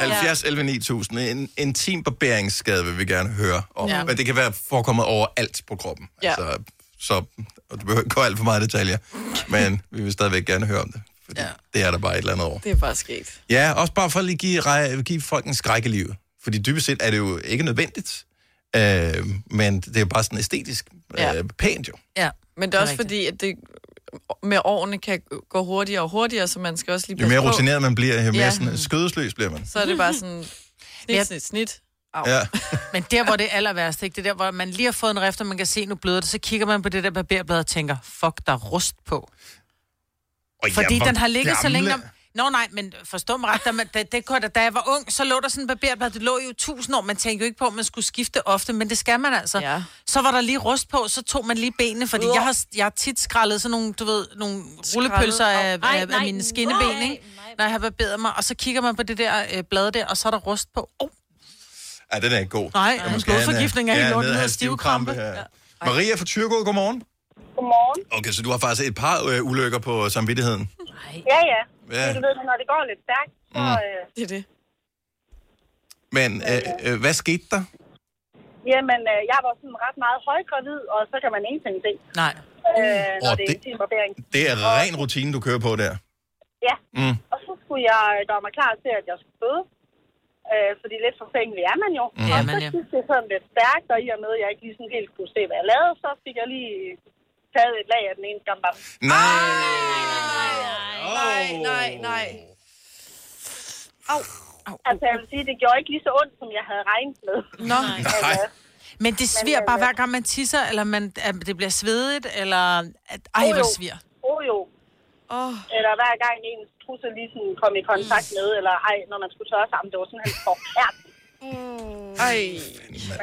A: 70 11 9000. En intim barberingsskade vil vi gerne høre om. Ja.
B: Ja.
A: Men det kan være forekommet overalt på kroppen.
C: Ja.
A: Altså, så og du behøver ikke gå alt for meget i detaljer. Men vi vil stadigvæk gerne høre om det. Fordi ja.
B: Ja.
A: det er der bare et eller andet over.
C: Det er bare sket.
A: Ja, også bare for at lige give, rej- give folk en skræk i livet. Fordi dybest set er det jo ikke nødvendigt. Øh, men det er bare sådan æstetisk
C: Ja.
A: øh, pænt jo.
B: Ja.
C: Men det er også
B: rigtigt.
C: fordi, at det med årene kan gå hurtigere og hurtigere, så man skal også lige
A: Jo
C: passe
A: mere
C: på.
A: rutineret man bliver, jo mere
C: Ja.
A: sådan, øh, skødesløs bliver man.
C: Så er det bare sådan
B: Ja.
C: snit, snit, snit. Au.
A: Ja.
B: Men der, hvor det er aller værst, ikke? det er der, hvor man lige har fået en rift, og man kan se, nu bløder det, så kigger man på det der barberblad og tænker, fuck, der er rust på.
A: Og
B: Fordi
A: ja, hvor
B: den har ligget så længe...
A: gamle-
B: Der... Nå nej, men forstå mig ret, da, man, da, det, kunne jeg da, da jeg var ung, så lå der sådan en barberblad, det lå jo i tusind år, man tænkte jo ikke på, at man skulle skifte ofte, men det skal man altså.
C: Ja.
B: Så var der lige rust på, så tog man lige benene, fordi jeg har, jeg har tit skrællet sådan nogle, du ved, nogle rullepølser af,
D: Ej,
B: af,
D: nej,
B: af mine skinneben,
D: nej,
B: ikke? når jeg har barberet mig, og så kigger man på det der øh, blad der, og så er der rust på. Oh,
A: Ja, den er ikke god.
B: Nej,
A: Jeg
B: en
A: måske have en,
B: blodforgiftning er
A: ja,
B: helt
A: ned
B: lort,
A: at
B: den
A: have
B: hedder stivkrampe.
A: stivkrampe, ja. Maria fra Tyrgård, godmorgen.
H: Godmorgen.
A: Okay, så du har faktisk et par øh, ulykker på samvittigheden.
H: Ja, ja.
A: Ja. Mm.
H: Men Du ved, når det går lidt stærkt, så... Øh,
C: Det er det.
A: Men øh, øh, hvad skete der?
H: jamen, øh, jeg var sådan ret meget højgravid, og så kan man ingenting se,
B: nej.
H: øh,
A: Mm. Åh,
H: når det er
A: det-
H: intim barbering.
A: Det er ren rutine, du kører på der.
H: Ja,
A: Mm.
H: og så skulle jeg gøre mig klar til, at jeg skulle føde. Øh, fordi lidt forfængelig er man jo.
A: Mm.
B: Ja,
H: og
B: man
H: så
B: er.
H: gik det sådan lidt stærkt, og i og med, at jeg ikke lige sådan helt kunne se, hvad jeg lavede, så fik jeg lige taget et lag af den ene skambam.
A: Nej!
C: Nej, nej, nej.
H: Altså, jeg vil sige, det gjorde ikke lige så ondt, som jeg havde regnet med.
B: Nå.
A: Nej.
B: Men det sviger
D: øh,
B: bare hver gang man tisser, eller man, at det bliver svedigt, eller... At, ej, hvor det sviger.
H: Oh, jo.
C: Åh,
H: Eller hver gang en trusse lige sådan kom i kontakt med, eller ej, når man skulle tørre sammen, det var sådan, han forfærdeligt.
C: ej.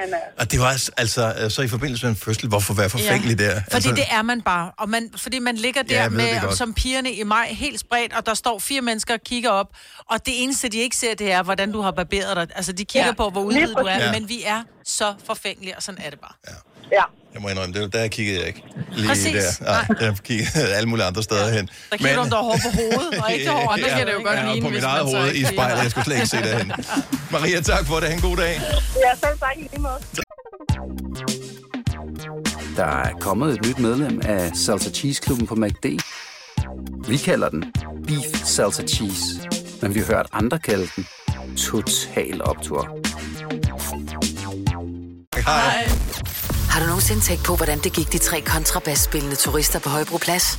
H: Men øh,
A: Og det var altså- altså, øh, så i forbindelse med en fødsel, hvorfor være forfængelig der?
B: Fordi
A: altså,
B: det er man bare. Og man, fordi man ligger
A: Ja,
B: der
A: jeg
B: ja,
A: ved det
B: med,
A: godt.
B: som pigerne i maj, helt spredt, og der står fire mennesker og kigger op. Og det eneste, de ikke ser, det er, hvordan du har barberet dig. Altså, de kigger ja.
C: Ja.
B: på, hvor udvidet du er.
A: Ja.
B: Ja. Men vi er så forfængelige, og sådan er det bare.
H: ja,
A: Jeg må indrømme, det var, der kiggede jeg ikke. Lige
B: Præcis.
A: der. Nej, der kiggede jeg alle mulige andre steder hen.
B: Der kigger du, om der er hår på hovedet, og ikke hår.
C: andre kan det jo godt
A: ja, og
C: ligne,
A: på mit
C: hvis
A: eget
C: man så
A: hoved i
C: ikke lige
A: spejlet.
C: har-
A: Jeg skulle slet ikke se derhen. Maria, tak for det. Ha' en god dag.
H: jeg selv tak i lige måde.
F: Der er kommet et nyt medlem af Salsa Cheese Klubben på MACD. Vi kalder den Beef Salsa Cheese, men vi har hørt andre kalde den Total Optor.
A: Hej.
E: Har du nogensinde tænkt på, hvordan det gik de tre kontrabasspillende turister på Højbroplads?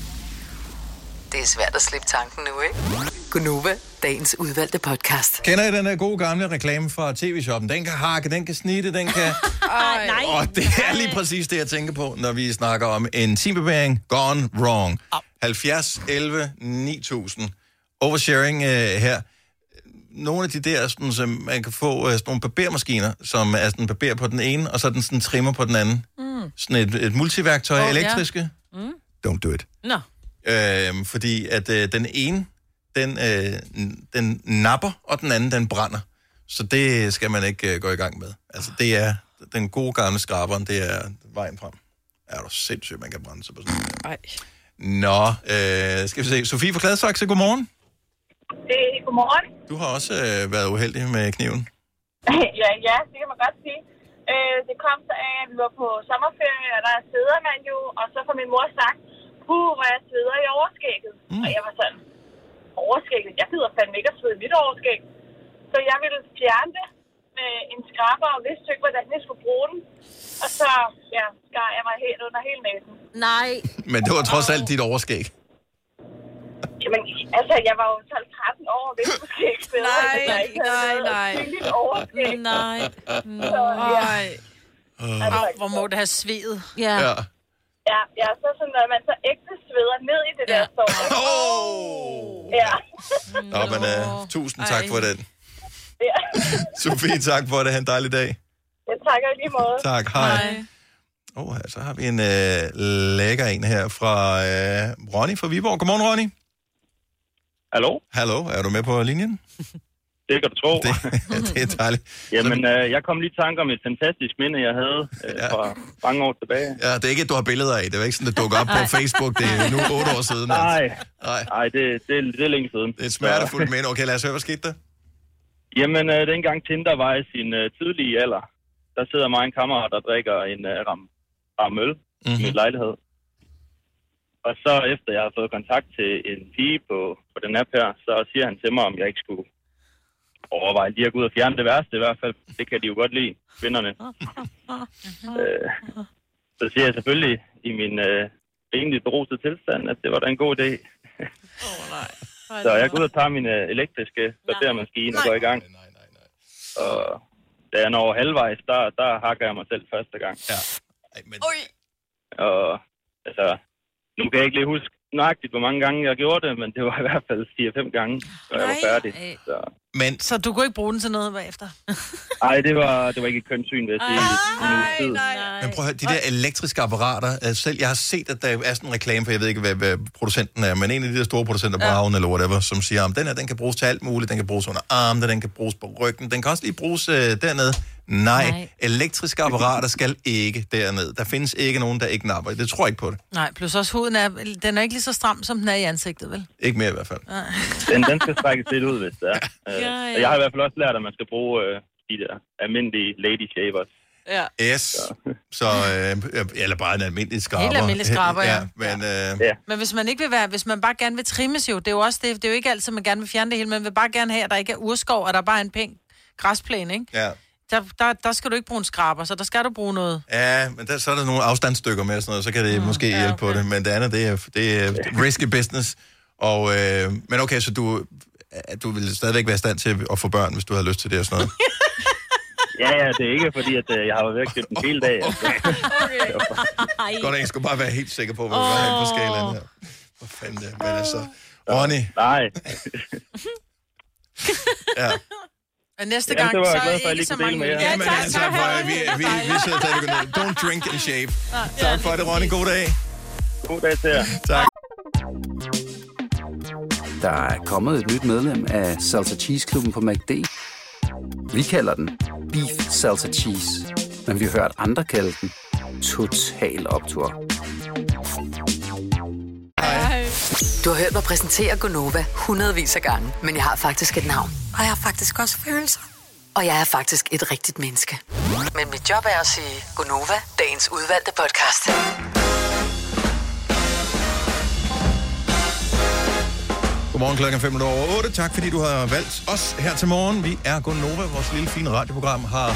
E: Det er svært at slippe tanken nu, ikke? Gunova, dagens udvalgte podcast.
A: Kender I den her gode gamle reklame fra tv-shoppen? Den kan hakke, den kan snitte, den kan...
D: Ej, nej.
A: Og det er lige præcis det, jeg tænker på, når vi snakker om en teambebæring gone wrong. 70, 11, 9000. Oversharing øh, her. Nogle af de der, sådan, som man kan få øh, sådan nogle barbermaskiner, som er sådan barber på den ene, og så er den sådan trimmer på den anden. Mm. Sådan et, et multiværktøj, oh,
B: ja.
A: elektriske. Ja. Mm. Don't do it.
D: Nå.
A: Øh, fordi at øh, den ene, den, øh, n- den napper, og den anden, den brænder. Så det skal man ikke øh, gå i gang med. Altså, det er den gode gamle skraberen, det er vejen frem. Er du sindssygt, man kan brænde sig på sådan noget.
C: Ej.
A: Nå, øh, skal vi se. Sofie fra Gladsaxe, godmorgen.
H: Det er godmorgen.
A: Du har også øh, været uheldig med kniven.
H: ja, ja, det kan man godt sige. Øh, det kom så af, at vi var på sommerferie, og der sveder man jo, og så får min mor sagt, puh, hvor jeg sveder i overskægget. Mm. Og jeg var sådan, overskægget? Jeg gider fandme ikke at svede i mit overskæg. Så jeg ville fjerne det med en skraber, og vidste jo ikke, hvordan jeg skulle bruge den. Og så ja, skar jeg mig helt under hele næsen.
D: Nej.
A: Men det var trods alt dit overskæg.
H: Jamen, altså, jeg var jo 12-13 år, og vidste måske ikke bedre,
C: Nej,
H: at jeg ikke
C: nej,
H: noget
C: nej.
H: synligt overskæg.
D: Nej.
H: Så, ja,
C: Ej.
B: Au, hvor må det have svedet.
D: Ja.
A: Ja.
H: ja, ja, så sådan, når man så ægte sveder ned i det der
D: Ja.
H: sår.
A: Oh!
H: Ja.
A: Nå, men øh, tusind tak
C: Ej.
A: for den.
H: ja.
A: Sofie, tak for det. Ha' en dejlig dag.
H: Jeg takker i lige måde.
A: Tak, hej. hej. Oh, så har vi en øh, lækker en her fra øh, Ronny fra Viborg. Godmorgen, Ronny.
I: Hallo?
A: Hallo, er du med på linjen?
H: det kan du tro.
A: Det, det er dejligt.
H: Jamen, øh, jeg kom lige i tanke om et fantastisk minde, jeg havde øh,
A: Ja.
H: fra mange år tilbage.
A: Ja, det er ikke, at du har billeder af. Det var ikke sådan, at dukker op på Facebook. Det er nu otte år siden.
H: Nej,
A: Nej.
H: nej, det, det, det er længe siden.
A: Det er et smertefuldt minde. Okay, lad os høre, hvad skete der?
H: Jamen, øh, dengang Tinder var i sin øh, tidlige alder, der sidder mig og en kammerat og drikker en øh, ram, ram øl mm-hmm. i
A: Mhm.
H: min lejlighed. Og så efter jeg har fået kontakt til en pige på, på den app her, så siger han til mig, om jeg ikke skulle overveje lige at gå ud og fjerne det værste i hvert fald. Det kan de jo godt lide, kvinderne. øh, så siger jeg selvfølgelig i min øh, rimelig beruset tilstand, at det var da en god idé. Så jeg går ud og tager min øh, elektriske sortermaskine og går i gang.
A: Nej, nej, nej.
H: Og da jeg når halvvejs, der, der hakker jeg mig selv første gang.
A: Ej, men
H: Og altså, nu kan jeg ikke lige huske nøjagtigt, hvor mange gange jeg gjorde det, men det var i hvert fald 4-5 gange, så jeg var
B: Nej. Øh,
H: færdig. Så,
A: men
B: Så du kunne ikke bruge den til noget bagefter? Ah,
H: ej, det var, det var ikke et kønt syn, vil jeg sige. Nej, nej.
A: Men prøv at høre, de der elektriske apparater, øh, selv jeg har set, at der er sådan en reklame, for jeg ved ikke, hvad, hvad producenten er, men en af de der store producenter, Braun eller whatever, som siger, om den her, den kan bruges til alt muligt, den kan bruges under armene, den kan bruges på ryggen, den kan også lige bruges øh, dernede. Nej, Nej,
D: Nej.
A: elektriske apparater skal ikke derned. Der findes ikke nogen, der ikke napper. Det tror jeg ikke på det.
B: Nej, plus også huden er, den er ikke lige så stram, som den er i ansigtet, vel?
A: Ikke mere i hvert fald.
H: Den, den skal strækkes lidt ud, hvis det er. Øh,
C: Ja, ja.
H: Og jeg har i hvert fald også lært, at man skal bruge øh, de der almindelige lady shavers.
C: Ja.
A: Yes. Så, øh, eller bare en almindelig skraber.
B: almindelig skraber, ja.
A: men, øh,
H: Ja.
B: Men hvis man ikke vil være, hvis man bare gerne vil trimmes jo, det er jo også det, det er jo ikke altid, man gerne vil fjerne det hele, men man vil bare gerne have, at der ikke er urskov, og der er bare en pæn græsplæne, ikke?
A: ja.
B: Der, der, der skal du ikke bruge en skraber, så der skal du bruge noget.
A: Ja, men der, så er der nogle afstandsstykker med og sådan noget, så kan det mm, måske ja, okay. hjælpe på det. Men det andet, det er, det er risky business. Og, øh, men okay, så du, at du ville stadigvæk være i stand til at få børn, hvis du havde lyst til det og sådan noget.
H: Ja, ja, det er ikke fordi, at øh, jeg har været væk til den hele dag. Altså.
A: Godt, at jeg skulle bare være helt sikker på, hvor oh. jeg er på skalaen her. Hvor fanden det er, men altså... Ronny,
H: Nej,
A: ja.
B: Og næste gang,
H: Jamen, det var
B: så
H: jeg
B: er
H: glad for, at jeg
B: ikke
H: lige
B: så
H: kunne dele
B: mange...
H: med jer.
A: Jamen, altså, for, vi, vi, vi sidder stadigvæk og ned. Don't drink and shave. Tak for det, Ronny. God dag.
H: god dag til jer.
A: Tak.
F: Der er kommet et nyt medlem af Salsa Cheese Klubben på MACD. Vi kalder den Beef Salsa Cheese, men vi har hørt andre kalde den Total Optor.
E: Du har hørt mig præsentere Gonova hundredvis af gange, men jeg har faktisk et navn. Og jeg har faktisk også følelser. Og jeg er faktisk et rigtigt menneske. Men mit job er at sige Gonova, dagens udvalgte podcast.
A: Godmorgen klokken 5 over 8. Tak fordi du har valgt os her til morgen. Vi er Gunnova. Vores lille fine radioprogram har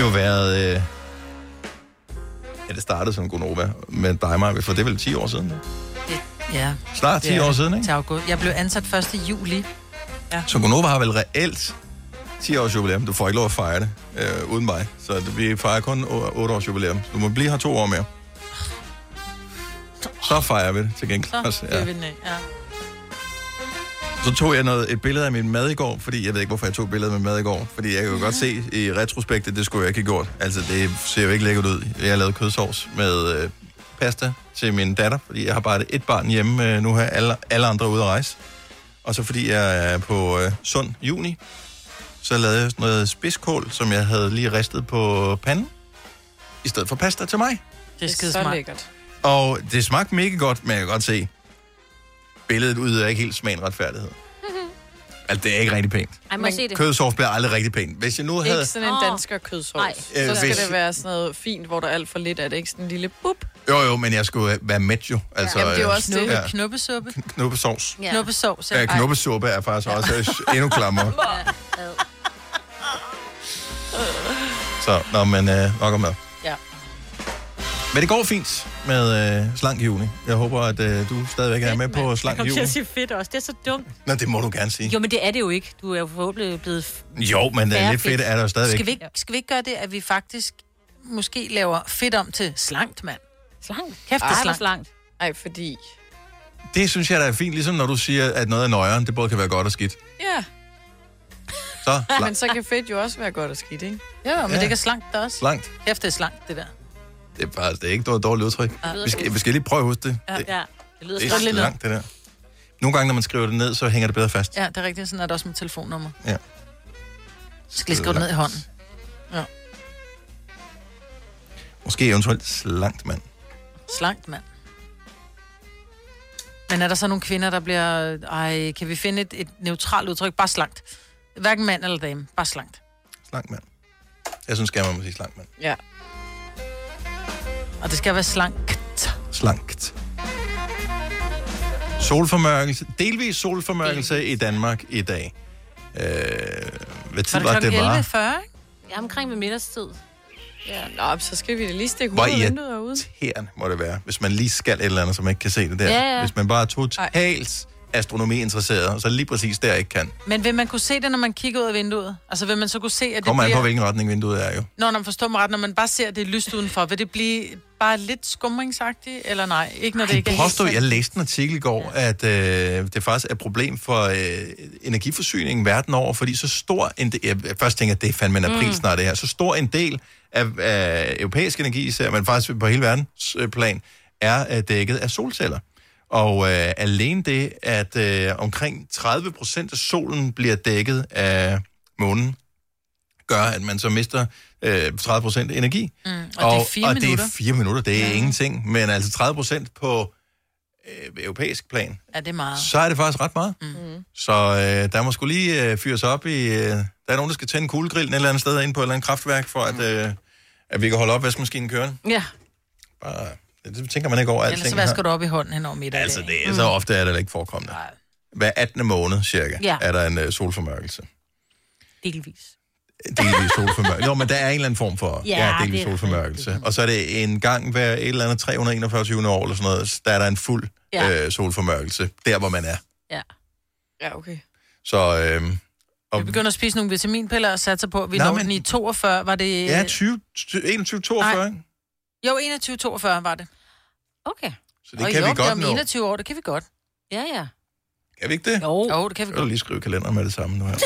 A: jo været... Øh... Ja, det startede som Gunnova med dig, Maja, for det er vel 10 år siden. ikke?
H: altså-
B: Ja,
A: Snart 10
B: Det er
A: år siden, ikke?
B: til august. Jeg blev ansat 1. juli.
A: Så Gunnova har vel reelt 10 års jubilæum. Du får ikke lov at fejre det øh, uden mig. Så vi fejrer kun 8 års jubilæum. Du må blive her to år mere. Så fejrer vi det til
B: Så
A: gengæld. også,
B: det er vi den af, ja.
A: Så tog jeg noget, et billede af min mad i går, fordi jeg ved ikke, hvorfor jeg tog et billede af min mad i går. Fordi jeg kan jo godt se i retrospektet, det skulle jeg ikke have gjort. Altså, det ser jo ikke lækkert ud. Jeg lavede kødsovs med øh, pasta til min datter, fordi jeg har bare et barn hjemme øh, nu her. Alle, alle andre er ude at rejse. Og så fordi jeg er på øh, sund juni, så lavede jeg sådan noget spidskål, som jeg havde lige ristet på panden, i stedet for pasta til mig.
B: Det er
C: Det er
B: skide
C: så
B: smart.
C: lækkert.
A: Og det smagte mega godt, men jeg kan godt se, billedet udøver ikke helt smagen retfærdighed. Altså, det er ikke rigtig pænt.
D: Ej, må jeg se det?
A: Kødsovs bliver aldrig rigtig pænt. Hvis jeg nu havde...
C: Ikke sådan en
D: Åh.
C: dansker kødsovs.
D: Nej.
A: Øh,
C: Så skal
A: hvis-
C: det være sådan noget fint, hvor der er alt for lidt af det. Ikke sådan en lille bup.
A: Jo, jo, men jeg skulle øh, være med jo. Altså,
C: Jamen, det er jo
A: øh,
C: også
B: Knuppe,
A: Ja.
B: knuppesuppe.
A: Knuppesovs.
D: Ja.
B: Knuppesovs.
A: Ja,
B: Ej,
A: knuppesuppe er faktisk også øh, endnu klammere. Så, nå, men øh, nok om mad.
B: Ja.
A: Men det går fint med øh, slank juni. Jeg håber, at øh, du stadigvæk er med på
D: Jeg
A: slank
D: kom til
A: juni.
D: at sige fedt også. Det er så dumt.
A: Nå, det må du gerne sige.
D: Jo, men det er det jo ikke. Du er jo forhåbentlig blevet... f-
A: Jo, men øh,
D: Færre
A: lidt fedt
D: fedt.
A: er der jo stadigvæk.
B: Skal vi, ikke, skal vi ikke gøre det, at vi faktisk måske laver fedt om til slankt, mand?
D: Slangt.
B: Kæft, det
D: Ej,
B: er
D: hvor
B: slankt.
D: slangt.
C: Ej, fordi...
A: Det synes jeg, der er fint, ligesom når du siger, at noget er nøjeren. Det både kan være godt og skidt.
C: Ja,
A: Så
C: men
A: langt.
C: så kan fedt jo også være godt og skidt, ikke?
B: Ja, men
A: Ja.
B: ja. det kan slankt der også.
A: langt.
B: Kæft, det er slankt, det der.
A: Det er faktisk det er ikke noget dårligt udtryk.
D: lyder
A: Vi skal, vi skal lige prøve at huske det. Det,
D: Ja. Det lyder
A: det
D: slankt.
A: er langt, det der. Nogle gange, når man skriver det ned, så hænger det bedre fast.
B: Ja, det er rigtigt. Sådan er det også med telefonnummer.
A: Ja.
B: Så skal lige skrive det ned i hånden. Ja.
A: Måske eventuelt slankt mand.
B: Slankt, mand. Men er der så nogle kvinder, der bliver... Ej, kan vi finde et, et neutralt udtryk? Bare slankt. Hverken mand eller dame. Bare slankt.
A: Slankt mand. Jeg synes gerne, man må sige slankt mand.
B: Ja. Og det skal være slankt.
A: Slankt. Solformørkelse. Delvis solformørkelse i Danmark i dag. Øh, hvad tid var det, det var?
B: 11.40, ikke?
D: Ja, omkring ved middagstid.
C: Ja, nå, så skal vi da lige stikke
A: Hvor
C: hovedet i vinduet herude.
A: irriterende må det være, hvis man lige skal et eller andet, som man ikke kan se det der.
B: Ja, ja.
A: Hvis man bare er totalt astronomi-interesseret, og så lige præcis der ikke kan.
B: Men vil man kunne se det, når man kigger ud af vinduet? Altså vil man så kunne se, at det
A: Kommer an
B: bliver...
A: på, hvilken retning vinduet er jo.
B: Nå, når man forstår mig ret, når man bare ser, at det er lyst udenfor, vil det blive bare lidt skumringsagtigt, eller nej? Ikke når det ikke er
A: De
B: helt
A: påstod,
B: sådan.
A: jeg læste en artikel i går, ja. at øh, det faktisk er et problem for øh, energiforsyningen verden over, fordi så stor en del, jeg først tænker, at det er fandme en april
J: Mm.
A: mm. snart det her, så stor en del af, af europæisk energi, især, men faktisk på hele verdensplan, er øh, dækket af solceller. Og øh, alene det, at øh, omkring 30 procent af solen bliver dækket af månen, gør, at man så mister øh, 30 procent energi.
B: Mm, og, og, det er fire
A: og
B: minutter.
A: det er fire minutter, det er ja. ingenting. Men altså 30 procent på øh, europæisk plan,
B: Ja, det er meget.
A: så er det faktisk ret meget.
B: Mm.
A: Så øh, der må skulle lige øh, fyres op i... Øh, der er nogen, der skal tænde kuglegrillen et eller andet sted ind på et eller andet kraftværk, for
B: Mm.
A: at, øh, at vi kan holde opvaskemaskinen kørende.
B: Ja,
A: Bare, det tænker man ikke over
B: ellers så
A: alting.
B: vasker du op i hånden hen over middag. Altså,
A: Det er så ofte er det da ikke forekommende. Hver 18. måned cirka
B: Ja.
A: ja. er der en øh, solformørkelse.
D: Delvis.
A: Delvis solformørkelse. Jo, men der er en eller anden form for
D: Ja,
A: ja, ja, delvis
D: det er-
A: solformørkelse. Og så er det en gang hver et eller andet 341. år eller sådan noget, der er der en fuld
D: Ja.
A: ja. øh, solformørkelse, der hvor man er.
D: Ja.
C: Ja, okay.
A: Så, øh, og,
B: Vi begynder at spise nogle vitaminpiller og satser på, at vi
A: Nå,
B: Nå, når
A: men-
B: den i 42, var det...
A: ja, 20, 21, 42, ikke?
B: Jo, 21-42 var det.
D: Okay.
A: Så det kan vi godt
B: om
A: nå.
B: 21 år, det kan vi godt.
D: Ja, ja.
A: Kan vi ikke det?
D: Jo,
B: jo det kan
A: Jeg
B: vi
A: vil
B: godt.
A: lige skrive i kalenderen med det samme nu her.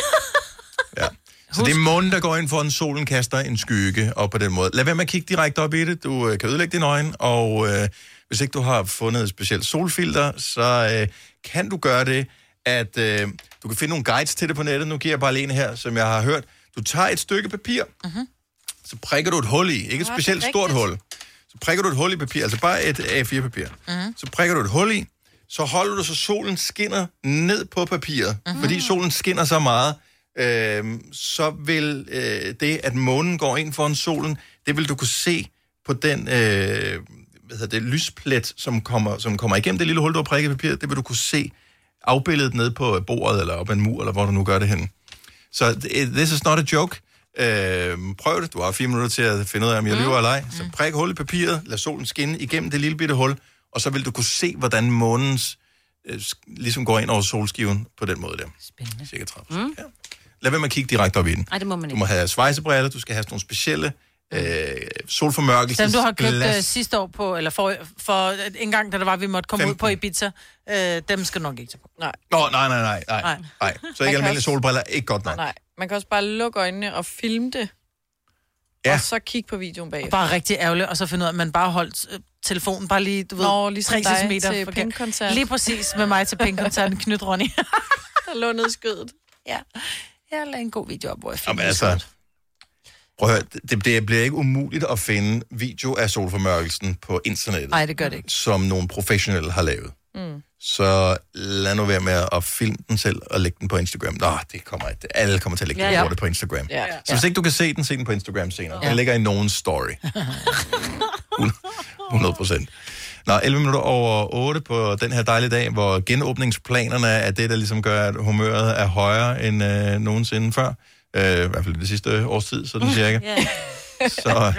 A: Ja. Så det er månen, der går ind for en solen kaster en skygge op på den måde. Lad være med at kigge direkte op i det. Du øh, kan ødelægge dine øjne, og øh, hvis ikke du har fundet et specielt solfilter, så øh, kan du gøre det, at øh, du kan finde nogle guides til det på nettet. Nu giver jeg bare lige en her, som jeg har hørt. Du tager et stykke papir, så prikker du et hul i. Ikke et
J: Nå,
A: specielt
J: det er
A: stort
J: rigtigt.
A: hul. Så prikker du et hul i papir, altså bare et A4-papir.
J: Mhm.
A: Så prikker du et hul i, så holder du så solen skinner ned på papiret.
J: Mhm.
A: Fordi solen skinner så meget, øh, så vil øh, det, at månen går ind foran solen, det vil du kunne se på den øh, hvad hedder det, lysplet, som kommer, som kommer igennem det lille hul, du har prikket i papiret. Det vil du kunne se afbildet ned på bordet, eller op ad en mur, eller hvor du nu gør det henne. Så det- this is not a joke. Øh, prøv det. Du har fire minutter til at finde ud af, om jeg lyver eller ej. Så prik hul i papiret, lad solen skinne igennem det lille bitte hul, og så vil du kunne se, hvordan månens øh, sk- ligesom går ind over solskiven på den måde der.
D: Spændende.
A: Cirka 30.
D: Mm.
A: Lad være med at kigge direkte op i den.
D: Nej, det må man
A: Du
D: ikke.
A: må have svejsebriller, du skal have sådan nogle specielle øh, solformørkelses...
B: Dem, du har købt øh,
A: glas.
B: sidste år på, eller for, for en gang, da der var, vi måtte komme 15. ud på Ibiza, øh, dem skal du nok ikke tage på.
C: Nej.
A: Nå, nej, nej, nej, nej.
B: Nej.
A: nej. nej. Så ikke
C: kan
A: almindelige
C: også-
A: solbriller, ikke godt nok.
C: Nej, man kan også bare lukke øjnene og filme det.
A: Ja.
C: Og så kigge på videoen bagefter.
B: Bare rigtig ærgerligt, og så finde ud af, at man bare holdt øh, telefonen bare lige, du ved,
C: Nå, ligesom dig til
B: forkert.
C: Pink-koncert.
B: Lige præcis med mig til pinkoncerten, Knyt Ronny.
C: Der lå ned i skødet.
B: Ja. Jeg lagde en god video op, hvor jeg
A: Jamen
B: filmede.
A: altså, prøv at høre, det, det bliver ikke umuligt at finde video af solformørkelsen på internettet,
B: Nej, det gør det ikke.
A: som nogle professionelle har lavet.
B: Mm.
A: Så lad nu være med at filme den selv og lægge den på Instagram. Nå, det kommer ikke. Alle kommer til at lægge
B: Ja,
A: ja,
B: ja.
A: det på Instagram.
B: Ja, ja.
A: Så hvis ikke du kan se den, se den på Instagram senere.
B: Ja.
A: Den ligger i nogen story. 100 procent. Nå, 11 minutter over 8 på den her dejlige dag, hvor genåbningsplanerne er det, der ligesom gør, at humøret er højere end øh, nogensinde før. Øh, I hvert fald det sidste års tid, sådan cirka.
D: Ja.
A: Så-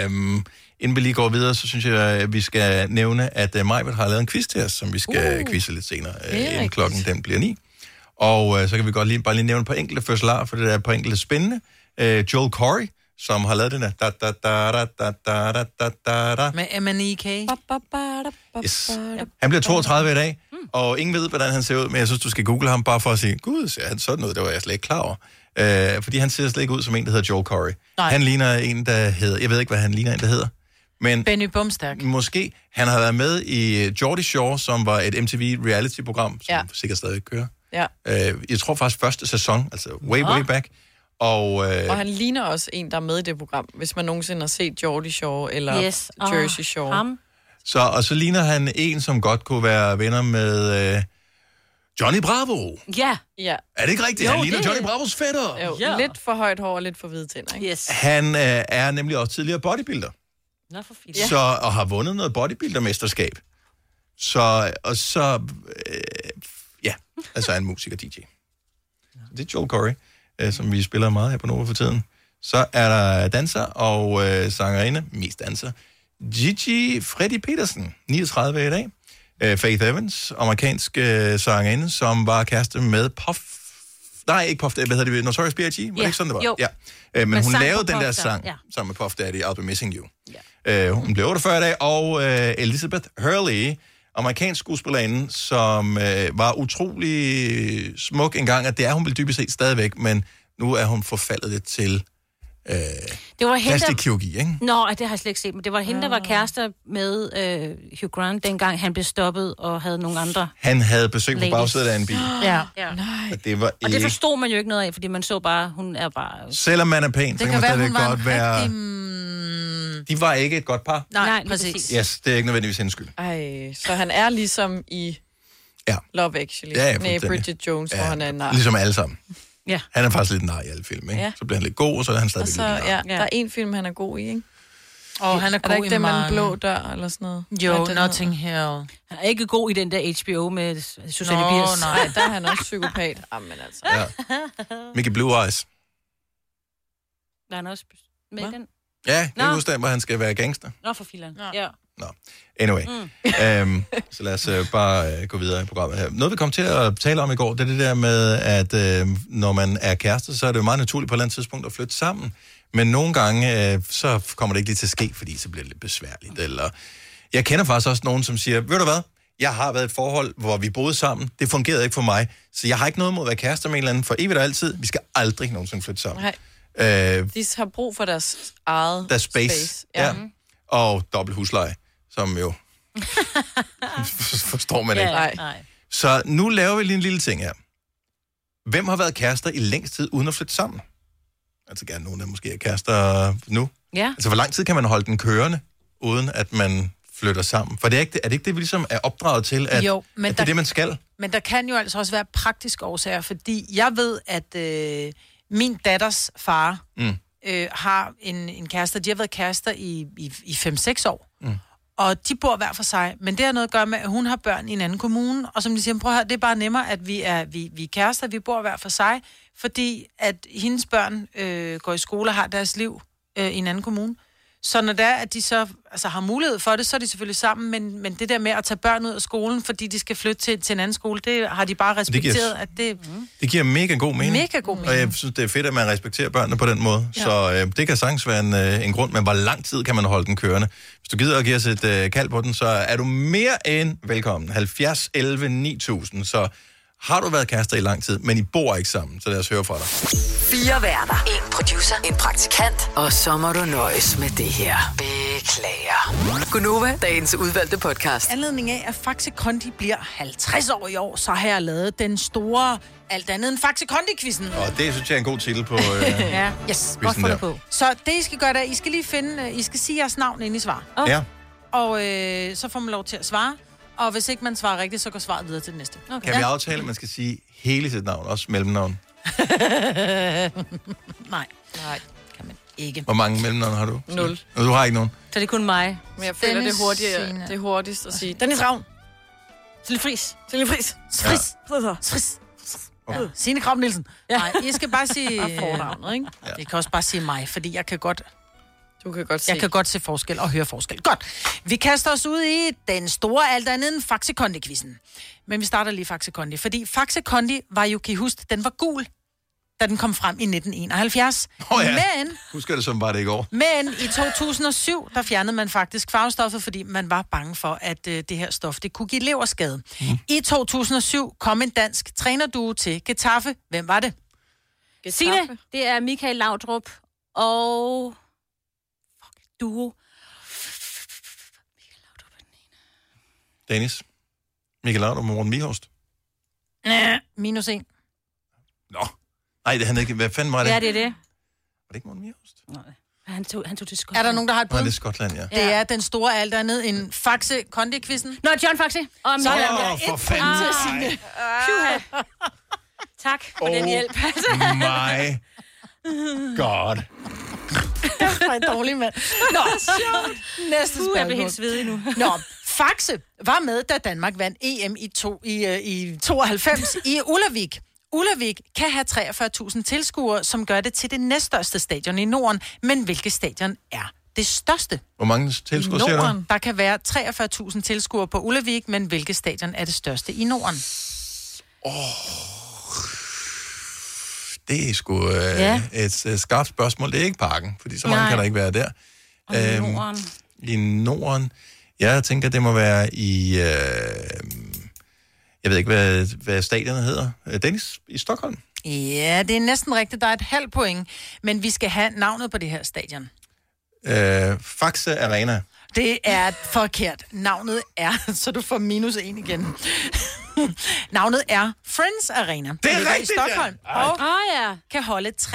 A: Øhm, inden vi lige går videre, så synes jeg, at vi skal nævne, at uh, Majbert har lavet en quiz til os, som vi skal uh, quizze lidt senere, uh,
J: det er
A: inden
J: rigtigt.
A: klokken den bliver ni. Og uh, så kan vi godt lige, bare lige nævne et par enkelte fødselar, for det er et par enkelte spændende. Uh, Joel Corey, som har lavet den her... Da, da, da, da, da, da, da, da, da, da.
B: Med M&E-K.
A: Yes. Han bliver 32 i dag, og ingen ved, hvordan han ser ud, men jeg synes, du skal google ham bare for at sige, gud, ser han sådan ud, det var jeg slet ikke klar over. Øh, fordi han ser slet ikke ud som en, der hedder Joel Corey.
J: Nej.
A: Han ligner en, der hedder, jeg ved ikke, hvad han ligner en, der hedder, Men
B: Benny Bumstærk.
A: måske han har været med i Jordy Shore, som var et MTV reality-program, som ja.
C: Ja.
A: sikkert stadig kører.
C: Ja.
A: Øh, jeg tror faktisk første sæson, altså way,
C: Nå.
A: way back. Og, øh,
C: Og han ligner også en, der er med i det program, hvis man nogensinde har set Geordie Shore eller
D: Yes.
C: yes.
D: Åh,
C: Jersey Shore.
D: ham.
A: så, og så ligner han en, som godt kunne være venner med øh, Johnny Bravo.
D: Ja.
C: Ja.
A: Er det ikke rigtigt?
D: Jo,
A: han ligner
D: det-
A: Johnny Bravos fætter.
C: Jo,
D: Ja.
C: ja. Lidt for højt hår og lidt for hvide tænder, ikke?
D: Yes.
A: Han øh, er nemlig også tidligere bodybuilder.
D: Nå, for fint.
A: ja. så, og har vundet noget bodybuildermesterskab. Så, og så, øh, ja, altså er en musiker DJ. Det er Joel Corey, øh, som vi spiller meget her på Nova for tiden. Så er der danser og øh, sangerinde, mest danser, Gigi Freddy Petersen, 39 i dag. Øh, Faith Evans, amerikansk øh, sangerinde, som var kæreste med Puff... Nej, ikke Puff Daddy, hvad hedder det? Notorious B.I.G.? Var det
D: Ja,
A: ikke sådan, det var?
D: jo.
A: Ja. Øh, men
D: Men
A: hun
D: sang på
A: lavede den
D: Puff
A: der
D: Daddy,
A: sang
D: ja.
A: sammen med Puff Daddy, I'll Be Missing You. Øh, hun blev 48 i dag, og øh, Elizabeth Hurley, amerikansk skuespillerinde, som øh, var utrolig smuk engang, og det er hun vel dybest set stadigvæk, men nu er hun forfaldet lidt til øh,
D: Det var hende, der...
A: plastikkirurgi, ikke?
D: Nå, ej, det har jeg slet ikke set, men det var hende, der var kærester med øh, Hugh Grant, dengang han blev stoppet og havde nogle andre.
A: Han havde besøg på
D: Ladies.
A: bagsædet af en bil,
B: Ja.
D: Ja.
A: og det var
D: Og det
A: ikke...
D: forstod man jo ikke noget af, fordi man så bare, hun er bare...
A: Selvom man er pæn, så
B: Det
A: kan
B: kan
A: man
B: være,
A: stadigvæk
B: hun var
A: godt
B: en
A: være...
B: rigtig... mm,
A: De var ikke et godt par.
B: Nej,
D: Nej,
B: Nej
D: lige
B: præcis.
D: præcis.
B: præcis.
A: Yes, det er ikke nødvendigvis hendes skyld.
C: Ej, så han er ligesom i
A: Ja.
C: Love Actually.
A: Ja, ja,
C: med
A: fuldstændig.
C: Bridget Jones, ja. hvor han er en nar.
A: Ligesom alle sammen.
D: Ja.
A: Han er faktisk lidt nar i alle film, ikke?
C: Ja.
A: Så bliver han lidt god, og så er han
C: Og
A: stadigvæk
C: så,
A: lidt nar.
C: ja, der er en film, han er god i, ikke?
B: Og han er
C: Er
B: god
C: der ikke
B: i
C: den med den
B: mange.
C: blå dør, eller sådan noget?
B: Jo,
C: Hvad er den
B: Notting Hill.
D: Han er ikke god i den der HBO med Susanne
B: Nå,
D: Biers.
C: hedder? Nej, der er han også psykopat. Jamen altså.
A: Mickey Blue Eyes.
D: Var han også med i
C: Hvad?
D: den?
A: Ja, det
D: Nå.
A: er udstand, hvor han skal være gangster.
D: Nå, for filan. Ja.
A: Anyway,
D: Mm.
A: øhm, så lad os øh, bare øh, gå videre i programmet her. Noget vi kom til at tale om i går, det er det der med, at øh, når man er kærester, så er det jo meget naturligt på et eller andet tidspunkt at flytte sammen. Men nogle gange, øh, så kommer det ikke lige til at ske, fordi så bliver det lidt besværligt. Eller... Jeg kender faktisk også nogen, som siger, ved du hvad, jeg har været i et forhold, hvor vi boede sammen, det fungerede ikke for mig, så jeg har ikke noget mod at være kærester med en eller anden for evigt og altid. Vi skal aldrig nogensinde flytte sammen.
C: Nej,
A: Øh,
C: de har brug for deres eget
A: der er space. space. Ja. ja. Og dobbelt husleje, som jo forstår man ikke.
D: Ja,
C: Nej.
D: nej.
A: Så nu laver vi lige en lille ting her. Hvem har været kærester i længst tid uden at flytte sammen? Altså gerne nogen, der måske er kærester nu.
D: Ja.
A: Altså hvor lang tid kan man holde den kørende, uden at man flytter sammen? For det er, ikke, er det ikke det, vi ligesom er opdraget til, at,
B: Jo, men
A: at det er
B: der-
A: det, man skal?
B: Men der kan jo altså også være praktiske årsager, fordi jeg ved, at øh, min datters far
A: Mm.
B: øh, har en, en kæreste. De har været kærester i, i, i 5-6 år. Mm. Og de bor hver for sig, men det har noget at gøre med, at hun har børn i en anden kommune, og som de siger, prøv at høre, det er bare nemmere, at vi er, vi, vi er kærester, vi bor hver for sig, fordi at hendes børn øh, går i skole og har deres liv øh, i en anden kommune. Så når det er, at de så altså, har mulighed for det, så er de selvfølgelig sammen, men, men det der med at tage børn ud af skolen, fordi de skal flytte til, til en anden skole, det har de bare respekteret, det at det er
A: Det giver mega god mening.
B: mega god mening.
A: Og jeg synes, det er fedt, at man respekterer børnene på den måde. Ja. Så øh, det kan sagtens være en, øh, en grund, men hvor lang tid kan man holde den kørende? Hvis du gider at give os et øh, kald på den, så er du mere end velkommen. 70 11 9000. Så har du været kærester i lang tid, men I bor ikke sammen, så lad os høre fra dig.
E: Fire værter. En producer. En praktikant. Og så må du nøjes med det her. Beklager. Gunova, dagens udvalgte podcast.
B: anledning af, at Faxe Kondi bliver 50 år i år, så har jeg lavet den store, alt andet end Faxe Kondi-quizzen.
A: Og det synes jeg er en god titel på... Øh,
D: Ja.
B: Yes.
D: Godt fundet
A: der.
D: på.
B: Så det, I skal gøre, det er, I skal lige finde, øh, I skal sige jeres navn ind i svar.
A: ja.
B: Og øh, så får man lov til at svare. Og hvis ikke man svarer rigtigt, så går svaret videre til den næste. Okay.
A: Kan vi aftale, at man skal sige hele sit navn, også mellemnavn?
B: Nej. Nej, kan man ikke.
A: Hvor mange mellemnavn har du?
C: Nul.
A: Nå, Du har ikke nogen?
D: Så det er kun mig.
C: Men jeg føler, det
B: Dennis
C: er hurtigere,
B: Signe.
C: det er hurtigst at sige, Dennis Ravn,
D: Til fris.
C: Silje Friis,
B: Tris. Ja. Tris. Ja. Signe Kram Nielsen. Ja. Nej, I skal bare sige...
C: fornavnet, ikke?
B: Ja. Det kan også bare sige mig, fordi jeg kan godt
C: Du kan godt se.
B: Jeg kan godt se forskel og høre forskel. Godt. Vi kaster os ud i den store alt andet end Faxe kondi -quizzen. Men vi starter lige Faxe Kondi, fordi Faxe Kondi var jo, kan I huske, den var gul, da den kom frem i 1971.
A: Åh, ja.
B: Men
A: Husker det som bare det i går.
B: men i 2007, der fjernede man faktisk farvestoffet, fordi man var bange for, at øh, det her stof, det kunne give leverskade. Mm. I 2007 kom en dansk trænerduo til Getafe. Hvem var det?
D: Signe, det er Michael Laudrup og... Fuck, duo.
A: Dennis, Michael Laudrup og Morten Mihost.
B: Næh. Minus en.
A: Nå, nej, det han ikke. Hvad fanden var det?
D: Ja, det er det.
A: Var det ikke Morten Mihost?
D: Han tog, han tog til Skotland.
B: Er der nogen, der har et
A: Nej, det er
B: bud?
A: Skotland, ja.
B: Det er den store alt andet end Faxe Kondi-quizzen.
D: Nå, John Faxe.
B: Sådan
D: Og Sådan.
A: Åh, for fanden. Nej.
D: Pyha. Tak for oh. den
A: Oh.
D: hjælp.
A: My God.
B: Det var en dårlig mand. Nå, næste
D: Puh, jeg bliver
B: spørgsmål.
D: helt svedig nu.
B: Nå, Faxe var med, da Danmark vandt EM i, to, i, øh, i 92 i Ullavik. Ullavik kan have 43.000 tilskuere, som gør det til det næststørste stadion i Norden. Men hvilket stadion er det største?
A: Hvor mange tilskuere ser du?
B: Norden. Der kan være 43.000 tilskuere på Ullavik, men hvilket stadion er det største i Norden?
A: Det er sgu øh, ja. et øh, skarpt spørgsmål. Det er ikke parken, fordi så mange
D: Nej.
A: kan der ikke være der. Øhm,
D: Norden.
A: I Norden. Jeg tænker, det må være i... Øh, jeg ved ikke, hvad, hvad stadionet hedder. Øh, Dennis i Stockholm.
B: Ja, det er næsten rigtigt. Der er et halvt point, men vi skal have navnet på det her stadion.
A: Øh, Faxe Arena.
B: Det er forkert. Navnet er, så du får minus en igen. Navnet er Friends Arena. Det ligger
A: rigtigt,
B: i
A: ja.
B: Stockholm. Ja. Og
D: Åh oh, ja.
B: kan holde 53.000.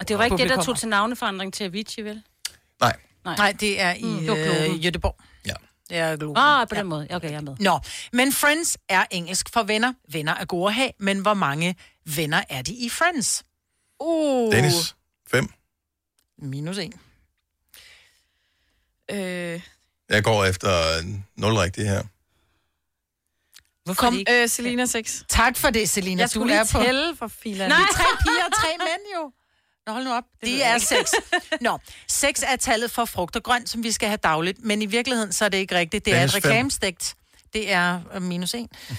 D: Og det var ikke det, der
B: Publikummer.
D: tog til navneforandring til Avicii, vel?
A: Nej.
B: Nej, det er i
D: Mm. det var Globen.
B: øh, Jødeborg.
A: Ja.
B: Det er Globen.
D: Ah, på den måde. Okay, jeg er med.
B: Nå, men Friends er engelsk for venner. Venner er gode at have, men hvor mange venner er de i Friends? Uh.
A: Dennis. 5.
B: Minus en.
C: Øh,
A: Jeg går efter øh, nul rigtigt her.
D: Hvorfor
B: Kom,
D: er det ikke?
C: øh, Selina 6.
B: Tak for det, Selina.
C: Jeg
B: du
C: skulle
B: er
C: lige
B: på...
C: tælle for filan.
B: Nej. De tre piger og tre mænd jo. Nå, hold nu op. Det de er seks. Nå, seks er tallet for frugt og grønt, som vi skal have dagligt. Men i virkeligheden, så er det ikke rigtigt. Det er
A: Dennis
B: et
A: fem.
B: reklamestegt. Det er øh, minus en.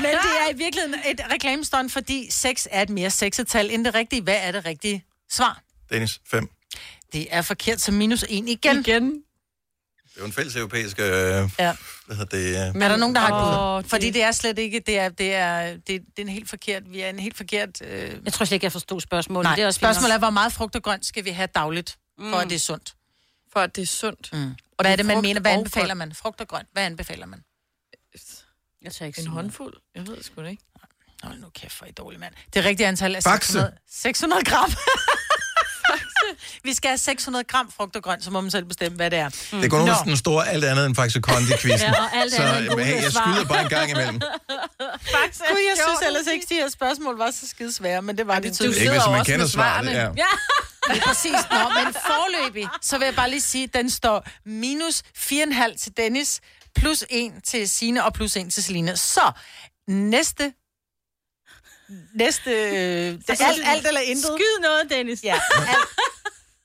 B: Men det er i virkeligheden et reklamestånd, fordi seks er et mere sexet tal end det rigtige. Hvad er det rigtige svar?
A: Dennis. 5.
B: Det er forkert, så minus en igen.
C: Igen.
A: Det er jo en fælles europæisk... Øh, ja. Hvad hedder det? Øh,
B: Men, er der nogen, der har et
C: Åh,
B: bud?
C: det-
B: Fordi det er slet ikke, det er, det er, det, det er en helt forkert, vi er en helt forkert... Øh,
D: Jeg tror slet ikke, jeg forstod spørgsmålet.
B: Nej,
D: det er også fint
B: spørgsmålet er, hvor meget frugt og grønt skal vi have dagligt, mm. for at det er sundt?
C: For at det er sundt. Mm.
B: Og hvad er det, man
C: frugt
B: mener? Hvad
C: og
B: anbefaler
C: grønt.
B: man? Frugt og grønt, hvad anbefaler man?
D: nok. Jeg tager ikke sådan
C: En
D: noget.
C: håndfuld? Jeg ved det sgu da ikke.
B: Hold nu kæft, for I dårlig mand. Det rigtige antal er
A: Bakse.
B: 600, 600 gram. vi skal have 600 gram frugt og grønt, så må man selv bestemme, hvad det er.
A: Det går nogen den store alt andet end Faxe Kondi-quizzen.
D: Ja, og alt
A: så
D: andet end
A: øh, hey,
D: gode
A: jeg
D: svar.
A: skyder bare en gang imellem.
B: Gud, jeg synes ellers ikke, de her spørgsmål var så skide svære, men det var de tydeligt.
A: Ikke hvis
C: sidder
A: man
C: også
A: kender
C: med
A: svaret. Ja.
C: svarene.
D: Ja,
B: Det er præcis. Nå, men forløbig, så vil jeg bare lige sige, at den står minus 4,5 til Dennis, plus 1 til Sine og plus 1 til Selina. Så næste... Næste... Øh, det, er alt, alt eller intet.
D: skyd noget, Dennis.
B: Ja, alt,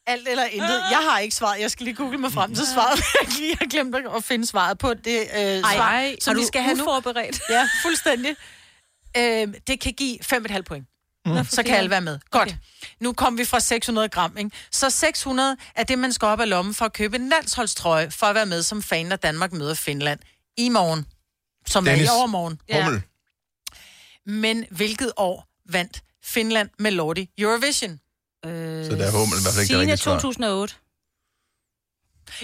B: alt eller intet. Jeg har ikke svaret. Jeg skal lige google mig frem til svaret. Jeg har glemt at finde svaret på det øh, svar,
D: Ej,
B: som vi skal have nu.
D: forberedt.
B: Ja, fuldstændig. Øhm, det kan give 5,5 point. Mm. Så kan alle være med. Godt. Okay. Nu kom vi fra 600 gram, ikke? Så 600 er det, man skal op af lommen for at købe en landsholdstrøje for at være med som fan, når Danmark møder Finland i morgen. Som Dennis.
A: Dennis.
B: er i overmorgen.
A: Hummel.
B: Men hvilket år vandt Finland med Lordi Eurovision?
A: Så
D: Øh,
A: der er Hummel i hvert fald ikke det rigtige svar.
D: Signe 2008.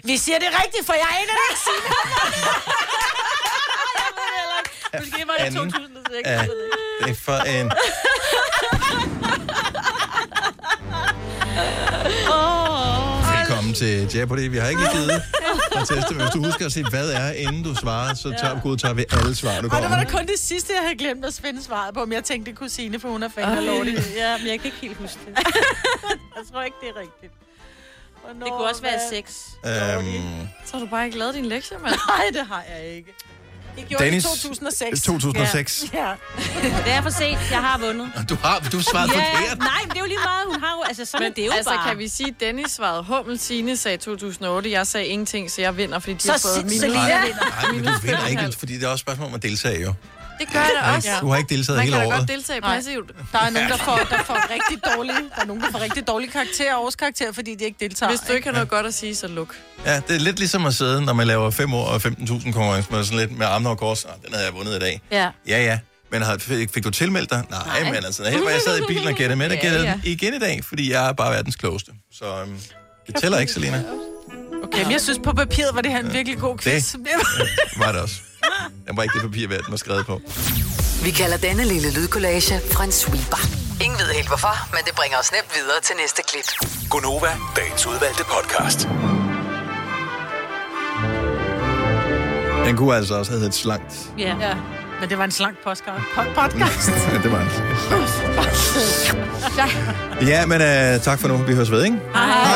B: Vi siger det rigtigt, for jeg aner det ikke. Signe.
D: Måske var det
A: Anden.
D: 2006.
A: Ja, det er for en... Velkommen til Jeopardy. Vi har ikke lige givet at teste, men hvis du husker at se, hvad er, inden du svarer, så tager, god, tager vi alle svar, du
B: Og det var
A: kommer.
B: da kun det sidste, jeg havde glemt at finde svaret på, men jeg tænkte, det kunne Signe, for hun er fan af Lordi.
D: Øh, Ja, men jeg kan ikke helt huske det. jeg tror ikke, det er rigtigt. Det kunne også være 6.
A: Øhm,
C: Så har du bare ikke lavet din lektie, mand.
B: Nej, det har jeg ikke. Det gjorde
A: Dennis,
B: Dennis, i 2006.
A: 2006.
B: Ja.
D: Det er for sent. Jeg har vundet.
A: Du har, du svarede forkert.
D: nej, men det er jo lige meget. Hun har jo... Altså, sådan men, er det jo
C: altså,
D: bare.
C: kan vi sige, at Dennis svarede Hummel, Signe sagde 2008, jeg sagde ingenting, så jeg vinder, fordi de
B: Så
C: har fået
B: si-
C: minus.
B: Selina-
A: Nej,
B: vinder.
A: nej, men du vinder ikke, fordi det er også et spørgsmål om at deltage, jo.
C: Det gør jeg da også.
A: Du har ikke deltaget
C: Man
A: hele
C: kan da
A: året.
C: godt deltage passivt.
B: Der er nogen, der får, der får rigtig dårlige, der er nogen, der får rigtig dårlige karakterer og årskarakterer, fordi de ikke deltager.
C: Hvis du ikke har noget godt at sige, så luk.
A: Ja, det er lidt ligesom at sidde, når man laver 5 år og 15.000 konkurrence, man er sådan lidt med armene og kors. Ah, den havde jeg vundet i dag.
D: Ja.
A: Ja, ja. Men har, fik, fik du tilmeldt dig? Nej, Nej. men altså, helt hvor jeg sad i bilen og gættede med, der
C: Ja,
A: gættede
C: ja.
A: den igen i dag, fordi jeg er bare verdens klogeste. Så øhm, det tæller ikke, Selina.
D: Okay, men jeg synes på papiret var det her en virkelig god quiz.
A: Det.
D: Det.
A: Var det også. Den var ikke det papir værd, den var skrevet på.
E: Vi kalder denne lille lydkollage en sweeper. Ingen ved helt hvorfor, men det bringer os nemt videre til næste klip.
G: Gunova, dagens udvalgte podcast.
A: Den kunne altså også have heddet slangt.
K: Ja.
D: ja. Men det var en slank podcast. Pod- podcast.
A: ja, det var en Ja, men øh, tak for nu. Vi høres ved, ikke?
D: Hej.